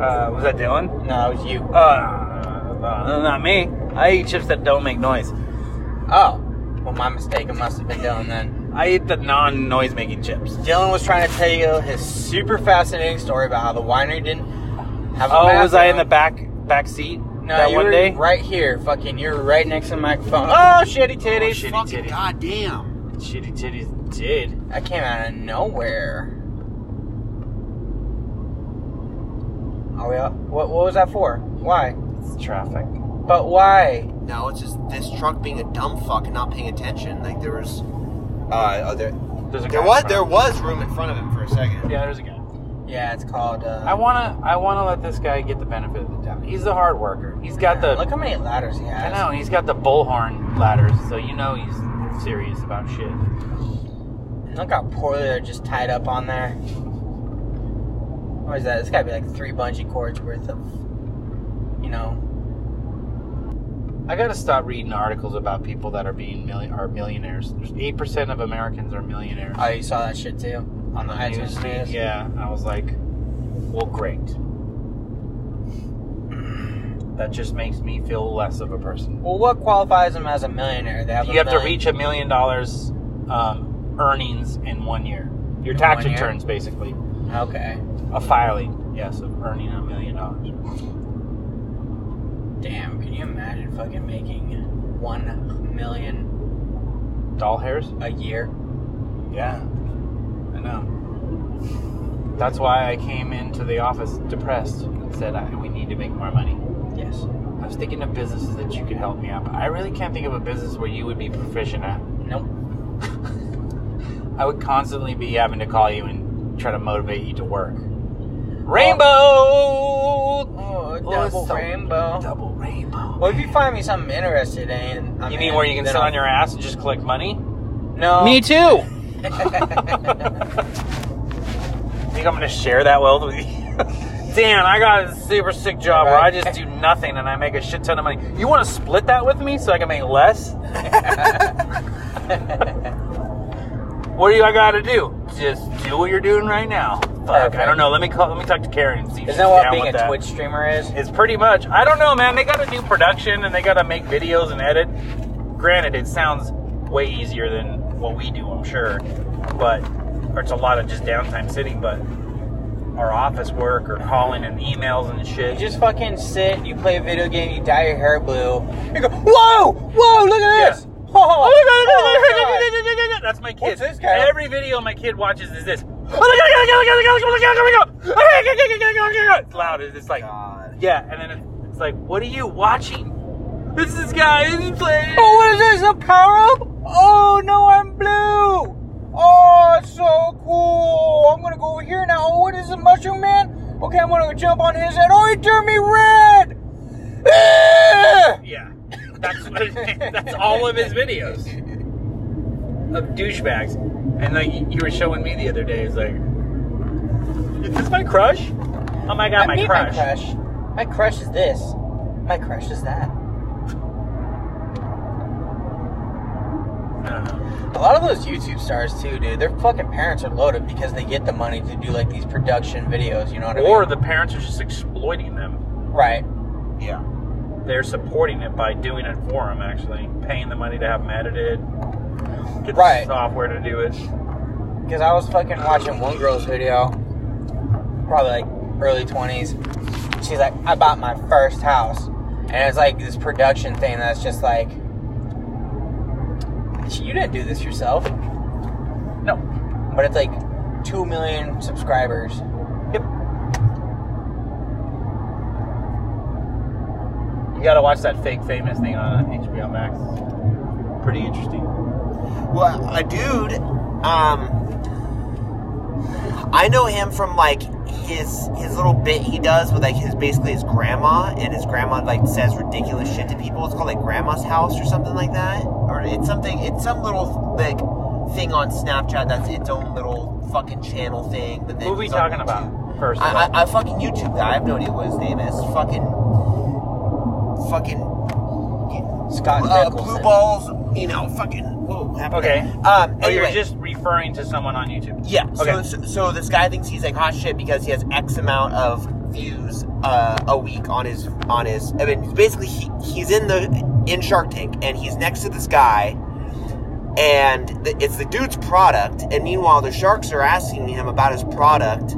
Uh, was that Dylan?
No, it was you.
Uh, uh, not me. I eat chips that don't make noise.
Oh, well, my mistake. It must have been Dylan then.
I eat the non-noise making chips.
Dylan was trying to tell you his super fascinating story about how the winery didn't have. A
Oh, was I in the
bathroom.
back back seat
No,
that
you
one
were
day?
right here. Fucking, you were right next to the microphone. Oh, shitty titties.
Shitty
Fucking
titties.
goddamn.
Shitty titties did.
I came out of nowhere. Are we up? What, what was that for? Why?
It's traffic.
But why?
No, it's just this truck being a dumb fuck and not paying attention. Like there was, uh, uh there,
There's a
there
guy
was
in
there
front
was room in front of him for a second.
of- Yeah, there's a guy.
Yeah, it's called. Uh,
I wanna I wanna let this guy get the benefit of the doubt. He's a hard worker. He's got the
Look how many ladders he
I
has.
know, he's got the bullhorn ladders, so you know he's serious about shit.
Look how poorly they're just tied up on there. What is that? It's gotta be like three bungee cords worth of, you know.
I gotta stop reading articles about people that are being million are millionaires. There's eight percent of Americans are millionaires.
Oh, you saw that shit too on the iTunes
Newsfeed,
news.
Yeah, and I was like, well, great. That just makes me feel less of a person.
Well, what qualifies them as a millionaire? They have. a
You have to
million-
reach a million dollars um, earnings in one year. Your
In
tax
one year?
returns, basically.
Okay.
A filing, yes, of earning a million dollars.
Damn. Can you imagine fucking making one million?
Doll hairs?
a year. um,
Yeah, I know. That's why I came into the office depressed and said, I, we need to make more money.
Yes.
I was thinking of businesses that you could help me out, but I really can't think of a business where you would be proficient at.
Nope.
I would constantly be having to call you and try to motivate you to work.
Rainbow.
Oh, a
double rainbow.
Double rainbow.
Well, if you find me something interested in, I
you mean where you can sit on your ass and just collect money?
No.
Me too.
Think I'm gonna share that wealth with you? Dan, I got a super sick job where I just do nothing and I make a shit ton of money. You want to split that with me so I can make less? what do you, I gotta do? Just do what you're doing right now. Fuck, I
Okay.
don't know. Let me call. Let me talk to Karen and see. if
Isn't
she's
that what
down
being a
with that.
Twitch streamer is?
It's pretty much. I don't know, man. They got to do production and they got to make videos and edit. Granted, it sounds way easier than what we do, I'm sure, but or it's a lot of just downtime sitting. But our office work or calling and emails and
You
shit.
just fucking sit, you play a video game, you dye your hair blue, you go, whoa, whoa, look at this. Oh, oh my God.
That's my kid.
What's this guy?
Every video my kid watches is this. It's loud. It's like yeah, and then it- it's like, what are you watching? This is guy. This is playing.
Oh, what is this? A power up? Oh, no, I'm blue. Oh, it's so cool. I'm gonna go over here now. Oh, what is the mushroom man? Okay, I'm gonna jump on his head. Oh, he turned me red. Eh!
Yeah. That's what it is. That's all of his videos of douchebags. And like you you were showing me the other day, it's like, is this my crush? Oh my god,
I
my
meet
crush.
My crush. My crush is this. My crush is that.
I don't know.
A lot of those YouTube stars too, dude. Their fucking parents are loaded because they get the money to do like these production videos. You know what I
Or
mean?
the parents are just exploiting them.
right.
Yeah.
They're supporting it by doing it for them, actually, paying the money to have them edited, get
Right.
the software to do it.
Because I was fucking watching one girl's video, probably like early 20s. She's like, I bought my first house. And it's like this production thing that's just like, you didn't do this yourself.
No,
But it's like 2 million subscribers.
you gotta watch that fake famous thing on HBO Max. Pretty interesting.
Well, a dude, um, I know him from like his his little bit he does with like his basically his grandma, and his grandma like says ridiculous shit to people. It's called like Grandma's House or something like that, or it's something. It's some little like thing on Snapchat that's its own little fucking channel thing. But then
Who are we
it's on
talking
YouTube.
about first? of all?
I, I, I fucking YouTube guy. I have no idea what his name is. Fucking, fucking
Scott
uh,
Nicholson.
blue balls. You know, fucking. Whoa, happened
Okay.
there? Um,
Oh,
anyway.
you're just referring to someone on YouTube.
Yeah.
Okay.
So, so, so this guy thinks he's like hot shit because he has X amount of views uh, a week on his on his. I mean, basically, he, he's in the in Shark Tank and he's next to this guy, and the, it's the dude's product. And meanwhile, the sharks are asking him about his product.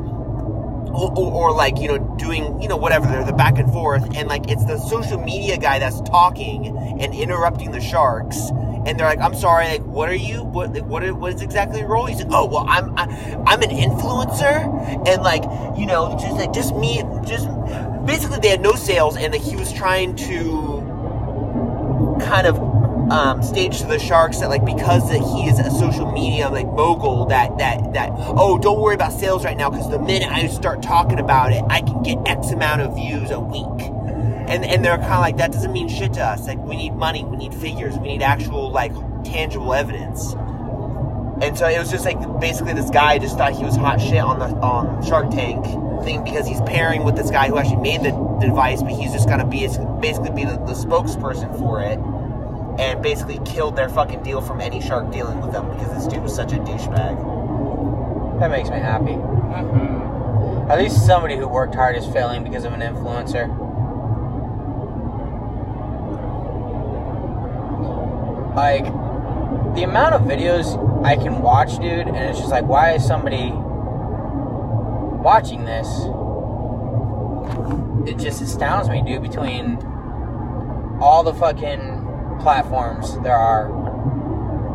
Or, or, or like you know doing you know whatever they're the back and forth and like it's the social media guy that's talking and interrupting the sharks and they're like i'm sorry like what are you what like, what, are, what is exactly your role he's like oh well i'm I, i'm an influencer and like you know just like just me just basically they had no sales and like, he was trying to kind of um, stage to the sharks that like because that he is a social media like mogul that that that oh don't worry about sales right now because the minute I start talking about it I can get X amount of views a week and and they're kind of like that doesn't mean shit to us like we need money we need figures we need actual like tangible evidence and so it was just like basically this guy just thought he was hot shit on the on Shark Tank thing because he's pairing with this guy who actually made the device, but he's just gonna be basically be the, the spokesperson for it, and basically killed their fucking deal from any shark dealing with them because this dude was such a douchebag.
That makes me happy. At least somebody who worked hard is failing because of an influencer. Like, the amount of videos I can watch, dude, and it's just like, why is somebody watching this? It just astounds me, dude, between all the fucking platforms there are.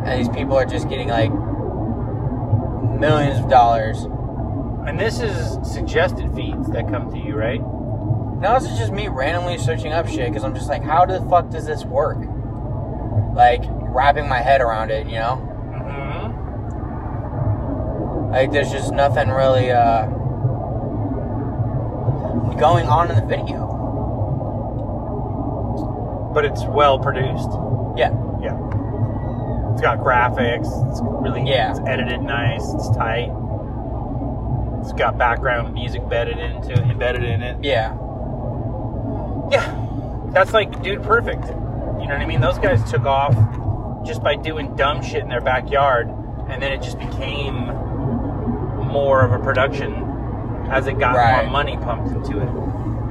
And these people are just getting like millions of dollars.
And this is suggested feeds that come to you, right?
Now this is just me randomly searching up shit because I'm just like, how the fuck does this work? Like wrapping my head around it, you know?
Mm-hmm.
Like there's just nothing really uh going on in the video.
but it's well produced.
Yeah.
Yeah. It's got graphics. It's really
Yeah.
It's edited nice. It's tight. It's got background music bedded into embedded in it.
Yeah.
Yeah. That's like dude perfect. You know what I mean? Those guys took off just by doing dumb shit in their backyard and then it just became more of a production as it got
Right.
more money pumped into it.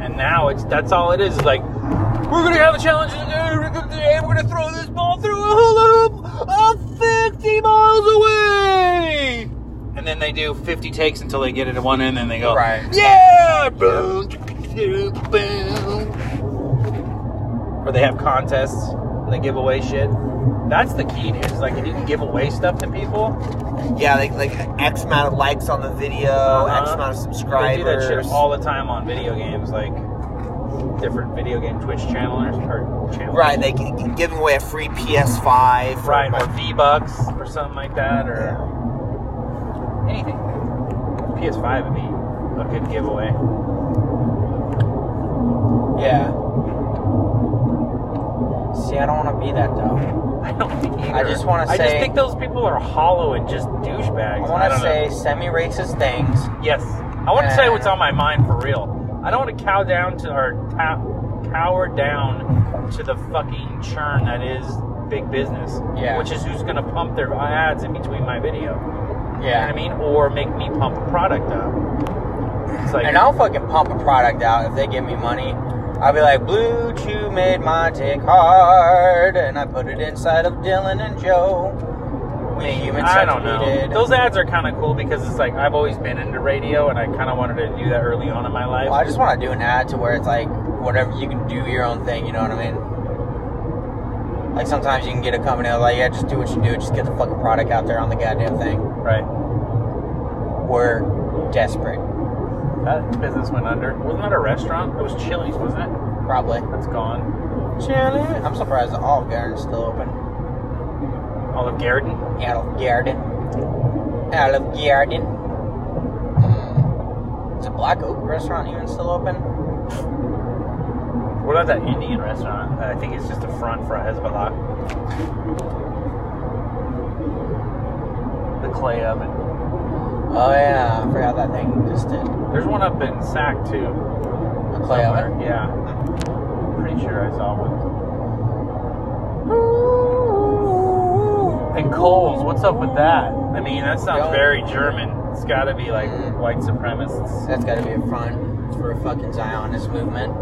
And now it's that's all it is, is like we're gonna have a challenge and uh, we're gonna- and we're gonna throw this ball through a hula hoop uh, 50 miles away! And then they do 50 takes until they get it at one end and they go,
Right.
yeah! Boom, boom, boom. Or they have contests, they give away shit. That's the key, dude. Is like if you can give away stuff to people,
Yeah, like like X amount of likes on the video, X
Uh-huh.
amount of
they
subscribers.
do that shit all the time on video games, like different video game Twitch channelers or channels.
right, they g- g- giving away a free PS5. or
Right,
my-
or V Bucks or something like that, or anything. PS5 would be a good giveaway.
Yeah. See, I don't want to be that though.
I don't think either.
I just wanna
I just
say-
think those people are hollow and just
I
douchebags.
want to
don't know.
say Uh, semi-racist things.
Yes. I want to say what's on my mind for real. I don't want to cow down to or ta- cower down to the fucking churn that is big business.
Yeah.
Which is who's going to pump their ads in between my video. You know what I
Yeah.
mean? Or make me pump a product up. It's like,
And I'll fucking pump a product out if they give me money. I'll be like, Blue Chew made my dick hard, and I put it inside of Dylan and Joe. We humans
I don't know.
succeeded."
Those ads are kind of cool because it's like I've always been into radio and I kind of wanted to do that early on in my life.
Well, I just want to do an ad to where it's like whatever you can do your own thing. You know what I mean? Like sometimes you can get a company that's like, yeah, just do what you do, just get the fucking product out there on the goddamn thing.
Right.
We're desperate,
That business went under. Wasn't that a restaurant? It was Chili's, wasn't it?
probably.
That's gone.
Chilling. I'm surprised the Olive Garden's still open.
Olive Garden.
Olive Garden. Olive Garden. Mm. Is the Black Oak restaurant even still open?
What about that Indian restaurant? I think it's just a front for Hezbollah. The clay oven.
Oh yeah, I forgot that thing just did.
There's one up in Sac too.
The clay oven.
somewhere. Yeah. Pretty sure I saw one. And Coles, what's up with that? I mean, that sounds
Don't-
very German. It's got to be like
Mm.
white supremacists.
That's gotta be a front for a fucking Zionist movement.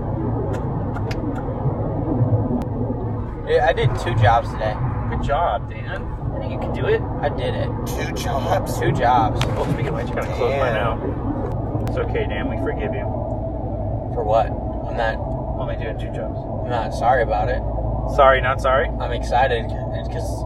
Yeah, I did two jobs today.
Good job, Dan. I think you can do it.
I did it.
Two jobs.
Two jobs.
Well, speaking of which, kind of close by
Damn.
now. It's okay, Dan. We forgive you.
For what? I'm not.
Only doing two jobs.
I'm not sorry about it.
Sorry, not sorry.
I'm excited because it's.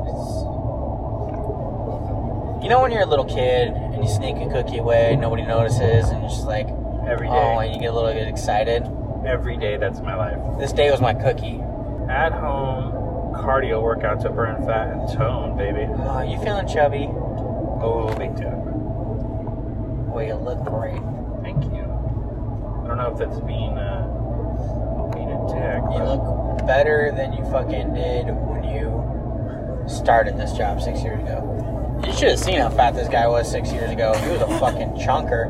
You know when you're a little kid and you sneak a cookie away, nobody notices, and you're just like,
Every day.
oh, and you get a little bit excited.
Every day, that's my life.
This day was my cookie.
At home, cardio workout to burn fat and tone, baby.
Oh, you feeling chubby?
Oh, big time.
Well, you look great.
Thank you. I don't know if that's being, uh, being a dick.
You
but-
look better than you fucking did when you started this job six years ago. You should have seen how fat this guy was six years ago. He was a fucking chunker.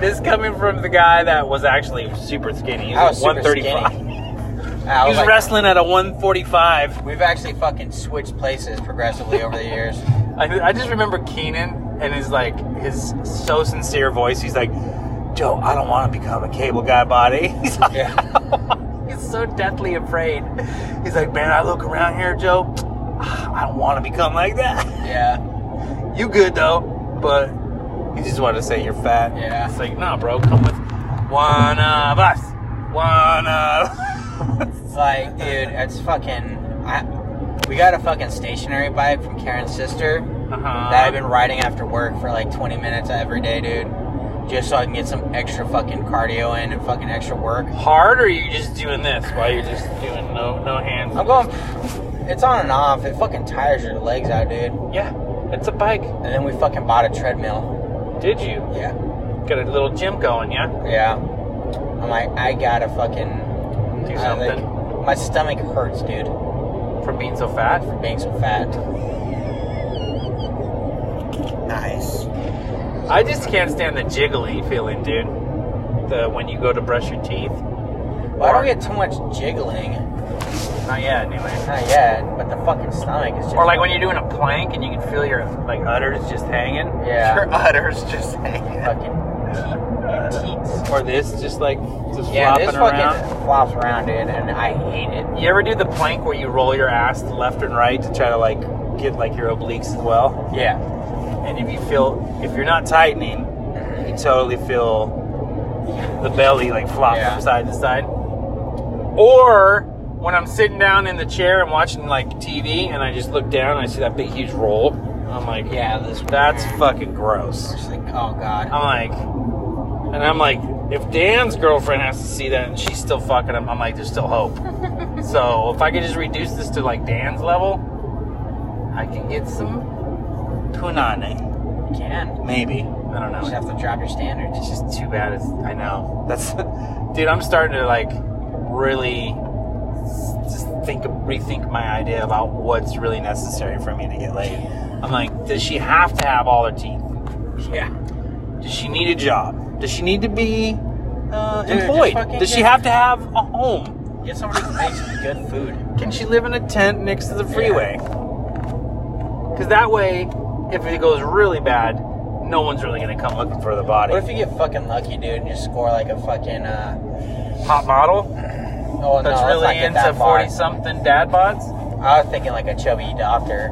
This coming from the guy that was actually super skinny. He
I was super
135.
skinny.
He
Ah, I
was
was like,
wrestling at a 145.
we've actually fucking switched places progressively over the years.
I, I just remember Keenan and his like his so sincere voice. He's like, Joe, I don't want to become a cable guy body. He's like,
Yeah.
he's so deathly afraid. He's like, man, I look around here, Joe. I don't want to become like that.
Yeah.
You good though, but you just want to say you're fat.
Yeah.
It's like, nah, bro, come with one of us. One of. us."
Like, dude, it's fucking. I, we got a fucking stationary bike from Karen's sister.
uh-huh.
that I've been riding after work for like 20 minutes every day, dude. Just so I can get some extra fucking cardio in and fucking extra work.
hard, or are you just doing this while you're just doing no no hands?
I'm going. It's on and off. It fucking tires your legs out, dude.
Yeah, it's a bike.
And then we fucking bought a treadmill.
Did you?
Yeah.
Got a little gym going, yeah?
Yeah. I'm like, I gotta fucking
Do
I
something.
think- my stomach hurts, dude,
From being so fat?
from being so fat.
Nice.
I just can't stand the jiggly feeling, dude. The when you go to brush your teeth.
Well, I don't get too much jiggling.
Not yet, anyway.
Not yet, but the fucking stomach is just.
Or like when you're doing a plank and you can feel your like udders just hanging.
Yeah.
Your udder's just hanging.
Fucking.
Or this just like just
Yeah,
flopping
this fucking
around.
flops around, dude, and I hate it.
You ever do the plank where you roll your ass to left and right to try to like get like your obliques as well?
Yeah.
And if you feel if you're not tightening, you totally feel the belly like flop
Yeah.
from side to side. Or when I'm sitting down in the chair and watching like TV and I just look down and I see that big huge roll, I'm like,
Yeah, this.
that's fucking gross.
Just like, oh god.
I'm like, and I'm like, if Dan's girlfriend has to see that and she's still fucking him, I'm like, there's still hope. so if I could just reduce this to like Dan's level, I can get some punani.
You can.
Maybe. I don't
You just
know.
have to drop your standards.
It's just too bad. It's, I know. That's, dude, I'm starting to like really s- just think, rethink my idea about what's really necessary for me to get laid. I'm like, does she have to have all her teeth?
Yeah.
Does she need a job? Does she need to be uh,
Dude,
employed?
just fucking
Does she
get-
have to have a home?
Get somebody who makes good food.
Can she live in a tent next to the freeway? Because that way, if it goes really bad, no one's really going to come looking for the body.
What if you get fucking lucky, dude, and you score like a fucking uh?
hot model
Oh
that's
no,
really
let's not get
into
that far.
40 something dad bods?
I was thinking like a chubby doctor.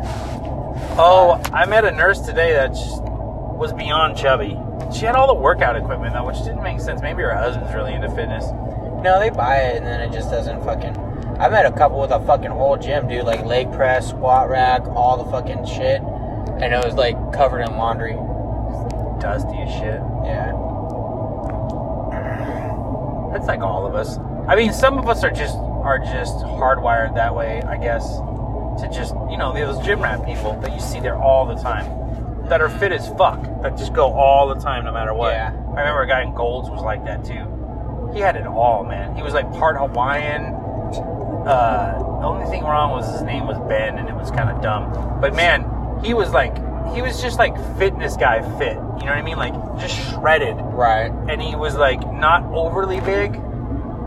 Oh, I met a nurse today that just was beyond chubby. She had all the workout equipment though, which didn't make sense. Maybe her husband's really into fitness.
No, they buy it and then it just doesn't fucking. I met a couple with a fucking whole gym, dude. Like leg press, squat rack, all the fucking shit, and it was like covered in laundry.
Dusty as shit.
Yeah.
That's like all of us. I mean, some of us are just are just hardwired that way, I guess, to just you know those gym rat people that you see there all the time, that are fit as fuck, that just go all the time no matter what.
Yeah.
I remember a guy in Golds was like that too. He had it all, man. He was like part Hawaiian. Uh, the only thing wrong was his name was Ben, and it was kind of dumb. But man, he was like he was just like fitness guy fit. You know what I mean? Like just shredded
Right.
and he was like not overly big,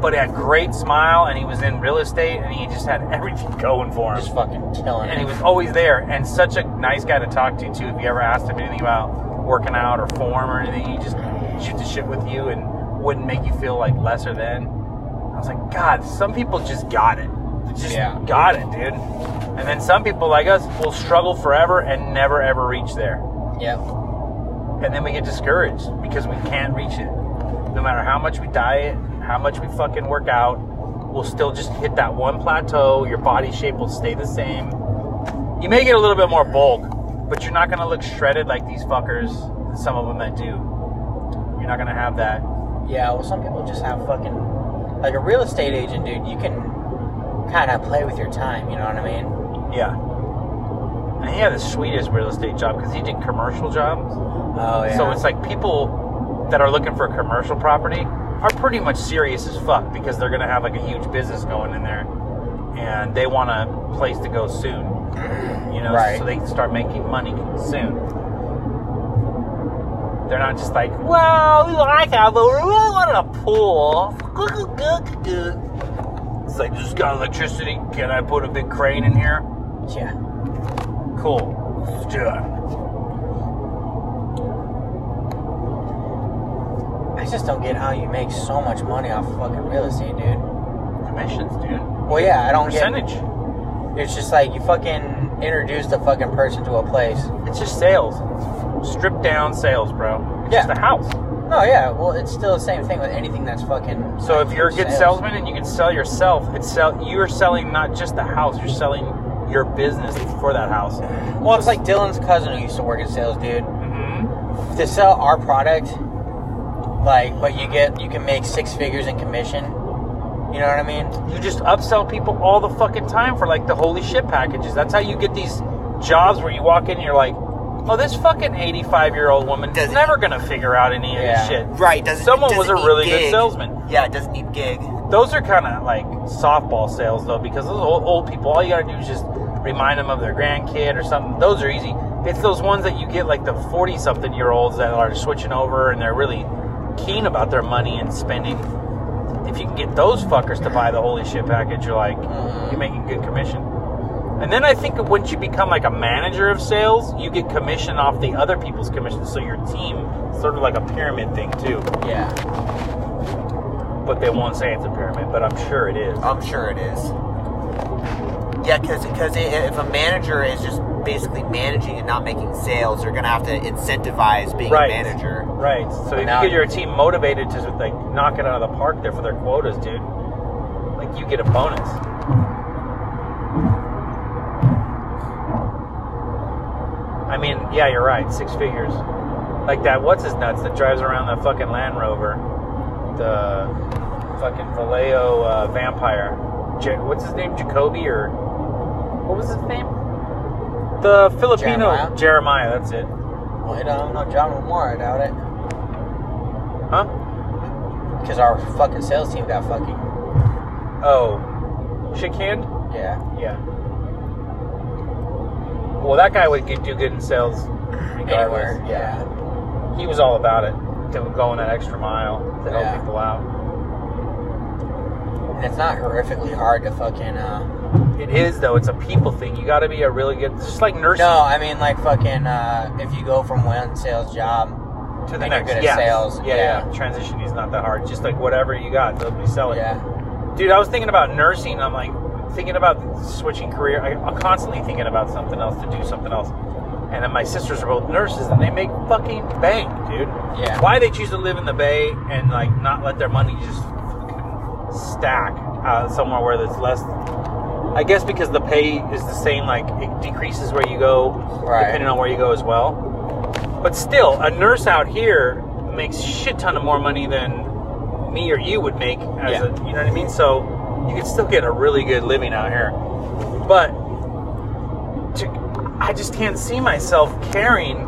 but had great smile, and he was in real estate, and he just had everything going for
Just
him.
fucking killing
And he
it.
was always there, and such a nice guy to talk to too. If you ever asked him anything about working out or form or anything, he just shoot the shit with you and wouldn't make you feel like lesser than. I was like, God, some people just got it, They just
Yeah.
got it, dude. And then some people like us will struggle forever and never ever reach there
Yep.
and then we get discouraged because we can't reach it. No matter how much we diet, how much we fucking work out, we'll still just hit that one plateau. Your body shape will stay the same. You may get a little bit more bulk, but you're not gonna look shredded like these fuckers. Some of them that do. You're not gonna have that.
Yeah, well, some people just have fucking like a real estate agent, dude. You can kind of play with your time. You know what I mean?
Yeah. And he had the sweetest real estate job because he did commercial jobs.
Oh
So it's like people that are looking for commercial property are pretty much serious as fuck because they're gonna have like a huge business going in there, and they want a place to go soon. You know,
Right.
so they can start making money soon. They're not just like, well, we like that, but we really wanted a pool. It's like, just got electricity. Can I put a big crane in here?
like yeah.
Cool. Let's do it.
I just don't get how you make so much money off fucking real estate, dude.
Commissions, dude.
Well, yeah, I don't
Percentage.
get. It's just like you fucking introduce the fucking person to a place.
It's just sales. Stripped down sales, bro. It's
Yeah.
just a house.
No, Oh, yeah. Well, it's still the same thing with anything that's fucking.
So if you're a good
Sales.
salesman and you can sell yourself, it's sell you're selling not just the house, you're selling your business for that house.
Well, it's like Dylan's cousin who used to work in sales, dude.
Mm-hmm.
To sell our product, like, but you get you can make six figures in commission. You know what I mean?
You just upsell people all the fucking time for like the holy shit packages. That's how you get these jobs where you walk in and you're like, oh, this fucking 85 year old woman is
Doesn't-
never going to figure out any
Yeah.
of this shit.
Right. Doesn't,
Someone
doesn't
was a
need
really
gig.
good salesman.
Yeah, it doesn't need gig.
Those are kind of like softball sales, though, because those old, old people, all you got to do is just remind them of their grandkid or something. Those are easy. It's those ones that you get, like the 40 something year olds that are switching over and they're really keen about their money and spending. If you can get those fuckers to buy the holy shit package, you're like, you're making good commission. And then I think once you become like a manager of sales, you get commission off the other people's commission. So your team, sort of like a pyramid thing too.
Yeah.
But they won't say it's a pyramid, but I'm sure it is.
I'm sure it is. Yeah, because if a manager is just basically managing and not making sales, you're gonna have to incentivize being
Right.
a manager.
Right. So if
now-
you get your team motivated to like knock it out of the park there for their quotas, dude, like you get a bonus. I mean, yeah, you're right. Six figures. Like that. What's his nuts that drives around the fucking Land Rover, the fucking Vallejo uh, vampire. Ja- what's his name? Jacoby or what was his name? The Filipino
Jeremiah?
Jeremiah that's it.
Well, I don't know John Lamar. I doubt it.
Huh?
Because our fucking sales team got fucking.
Oh, shit canned?
Yeah.
Yeah. Well, that guy would get, do good in sales regardless.
Anywhere. Yeah.
He was all about it, to going that extra mile to help
Yeah.
people out.
And it's not horrifically hard to fucking. uh...
It is though; it's a people thing. You got to be a really good, just like nursing
No, I mean like fucking. uh If you go from one sales job,
to the
and you're
next.
good at
yeah.
sales,
Yeah,
yeah.
yeah, Transition is not that hard. Just like whatever you got, they'll be selling.
yeah,
Dude, I was thinking about nursing. I'm like thinking about switching career. I, I'm constantly thinking about something else to do something else. And then my sisters are both nurses, and they make fucking bank, dude.
Yeah.
Why they choose to live in the Bay and like not let their money just fucking stack uh, somewhere where there's less. I guess because the pay is the same. Like it decreases where you go,
Right.
depending on where you go as well. But still, a nurse out here makes shit ton of more money than me or you would make as
Yeah.
a, you know what I mean? So you could still get a really good living out here. But to, I just can't see myself caring.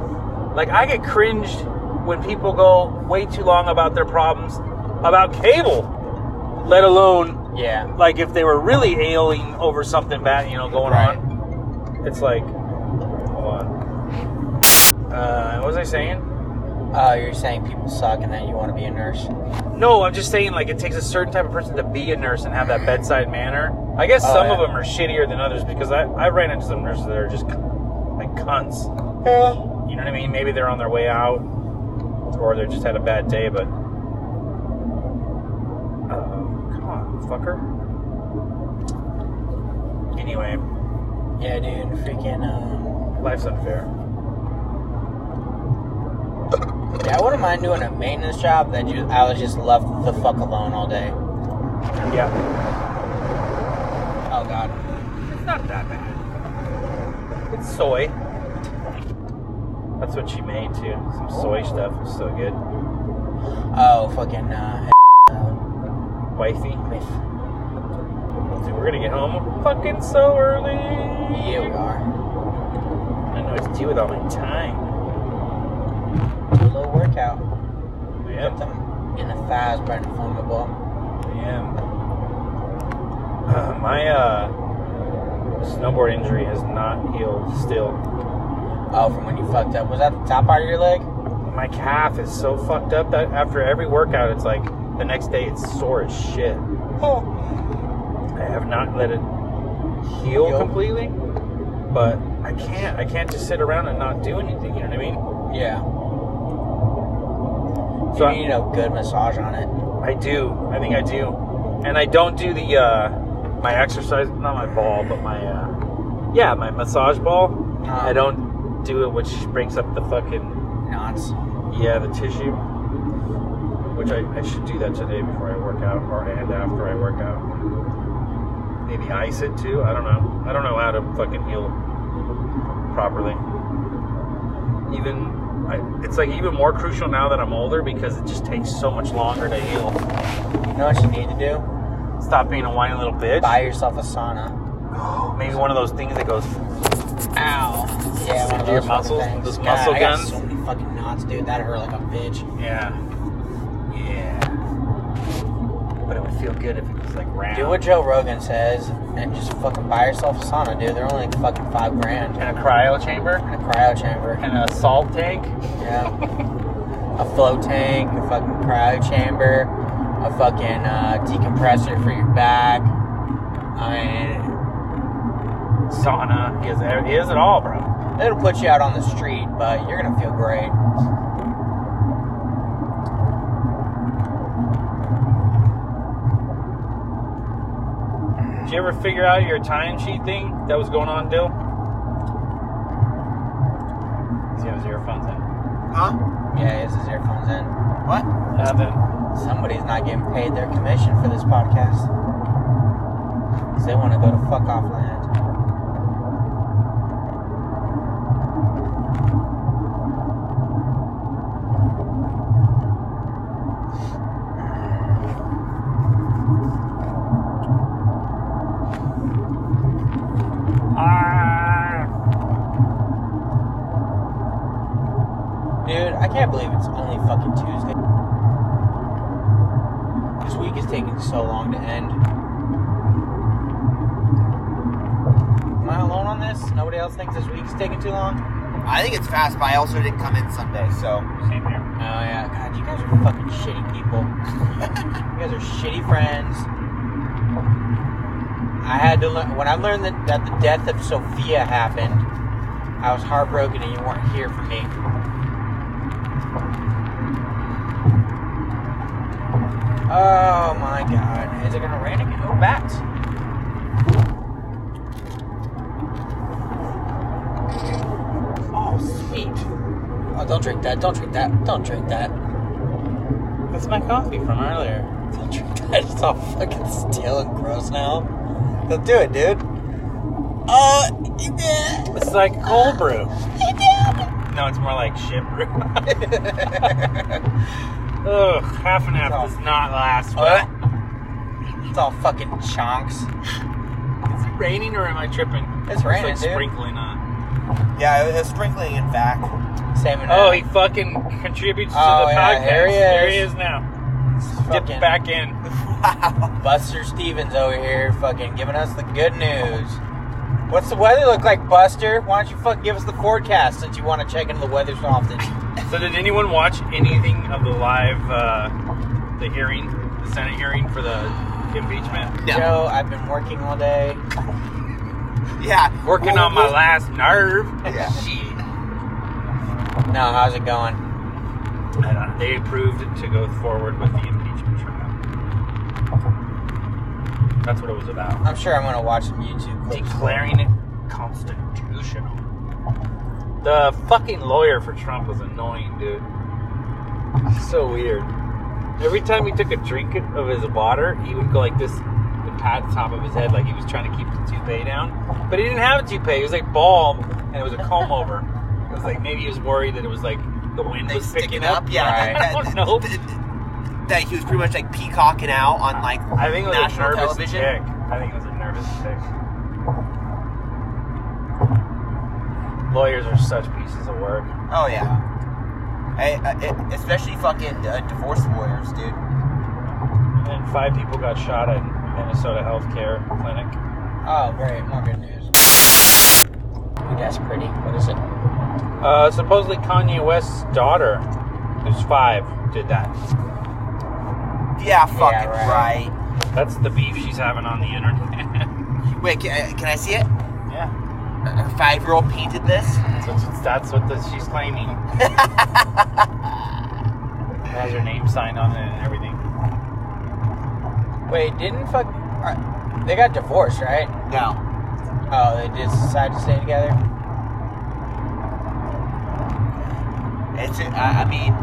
Like I get cringed when people go way too long about their problems about cable, let alone
yeah.
like if they were really ailing over something bad, you know, going on. It's like, hold on. Uh, what was I saying?
Oh, you're saying people suck and that you want to be a nurse?
No, I'm just saying, like, it takes a certain type of person to be a nurse and have that bedside manner. I guess
Oh,
some of
yeah.
them are shittier than others because I, I ran into some nurses that are just like cunts. You know what I mean? Maybe they're on their way out or they just had a bad day, but. Oh, come on, fucker. Anyway,
Yeah, dude. Freaking. Um,
life's unfair.
yeah, I wouldn't mind doing a maintenance job that you, I was just left the fuck alone all day.
Yeah.
Oh god.
It's not that bad. It's soy. That's what she made too. Some soy stuff. It's so good.
Oh fucking. Uh,
wifey. Dude, we're gonna get home fucking so early.
yeah, we are.
I know it's due with all my time.
Do a little workout.
I
Get them in the thighs, right in front of the ball.
I am. Uh, my uh, snowboard injury has not healed still.
Oh, from when you fucked up. Was that the top part of your leg?
My calf is so fucked up that after every workout, it's like the next day it's sore as shit. Oh. I have not let it heal
Heal?
completely, but I can't. I can't just sit around and not do anything. You know what I mean?
Yeah.
So I-
you need a good massage on it.
I do. I think I do. And I don't do the uh, my exercise, not my ball, but my uh, yeah, my massage ball. I don't do it, which breaks up the fucking
Knots.
yeah, the tissue. Which I, I should do that today before I work out, or and after I work out. Maybe ice it too. I don't know. I don't know how to fucking heal properly. Even I, it's like even more crucial now that I'm older because it just takes so much longer to heal.
You know what you need to do?
Stop being a whiny little bitch.
Buy yourself a sauna.
Maybe one of those things that goes
Ow.
Yeah, one of
Do your
those fucking
muscles-
things.
those
God,
muscle
I got
guns?
so many fucking knots, dude. That hurt like a bitch.
Yeah. Yeah. But it would feel good if it was like round.
Do what Joe Rogan says and just fucking buy yourself a sauna, dude. They're only like fucking five grand.
And a cryo chamber
And a cryo chamber.
and a salt tank.
Yeah. a flow tank, a fucking cryo chamber, a fucking uh, decompressor for your back. I
Sauna. He has, he has it all, bro.
mean, it'll put you out on the street, but you're gonna feel great.
Did you ever figure out your timesheet thing that was going on, Dill? Does he have his earphones in?
Huh?
Yeah, it's his earphones in.
What?
Nothing.
Somebody's not getting paid their commission for this podcast. 'Cause they wanna go to fuck off land. Dude, I can't believe it's only fucking Tuesday. This week is taking so long to end. Am I alone on this? Nobody else thinks this week is taking too long?
I think it's fast, but I also didn't come in Sunday, so.
Same here.
Oh yeah, God, you guys are fucking shitty people. you guys are shitty friends. I had to learn when I learned that, that the death of Sophia happened. I was heartbroken, and you weren't here for me. Oh my God, is it gonna rain again? Oh, bats! Oh, sweet. Oh, don't drink that. Don't drink that. Don't drink that.
That's my coffee from earlier.
Don't drink that. It's all fucking stale and gross now. Don't do it, dude. Oh, he did.
It's like cold brew.
He did.
No, it's more like shit brew. Ugh, half and half does not last.
What? It's all fucking chonks.
Is it raining or am I tripping?
It's raining,
It's like
dude.
sprinkling on.
Yeah, it was sprinkling in fact.
Salmon.
Oh, he fucking contributes
Oh,
to the
yeah,
podcast.
here he
There he
is.
is now.
fucking
Dip back in.
Wow.
Buster Stevens over here, fucking giving us the good news. What's the weather look like, Buster? Why don't you fucking give us the forecast since you want to check into the weather so often?
So, did anyone watch anything of the live, uh, the hearing, the Senate hearing for the impeachment?
No.
Joe, I've been working all day.
Yeah.
Working
Well,
on my
well,
last nerve.
Yeah.
Shit.
Now, how's it going?
I don't know. They approved to go forward with the impeachment trial. That's what it was about.
I'm sure I'm gonna watch some YouTube. clips.
declaring it constitutional. The fucking lawyer for Trump was annoying, dude. So weird. Every time he took a drink of his water, he would go like this and pat the top of his head like he was trying to keep the toupee down. But he didn't have a toupee. He was like bald and it was a comb over. It was like maybe he was worried that it was like the wind was picking up. Oh,
Yeah.
Right.
I don't know.
That, that he was pretty much like peacocking out on like
I think it was
national
a nervous
television.
tick. I think it was a nervous tick. Lawyers are such pieces of work.
Oh yeah. I, I, especially fucking uh, divorce lawyers, dude.
And then five people got shot at Minnesota Healthcare Clinic.
Oh, great! More good news. Ooh, that's pretty. What is it?
Uh, supposedly Kanye West's daughter, who's five, did that.
Yeah, fucking
right.
right.
That's the beef she's having on the internet.
Wait, uh, can, can I see it?
yeah,
A five-year-old painted this.
that's what, that's what the, she's claiming. it has her name signed on it and everything.
Wait, didn't fuck? uh, They got divorced, right?
No.
Oh, they just decided to stay together.
It's. I, I mean.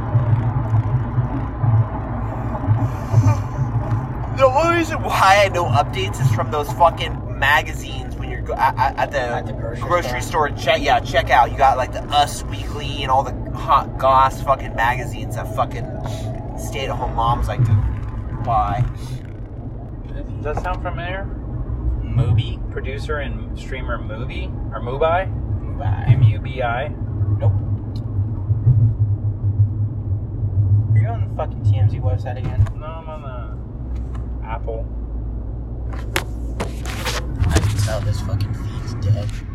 The only reason why I know updates is from those fucking magazines when you're go- at, at- at the,
At the grocery
store. Check yeah, check out. You got like the Us Weekly and all the hot goss fucking magazines that fucking stay-at-home moms like to buy.
Does that sound familiar? Mubi, producer and streamer Mubi or Mubi, M U B I.
Are you on the fucking TMZ website again?
No, I'm on the Apple.
I can tell this fucking feed's dead.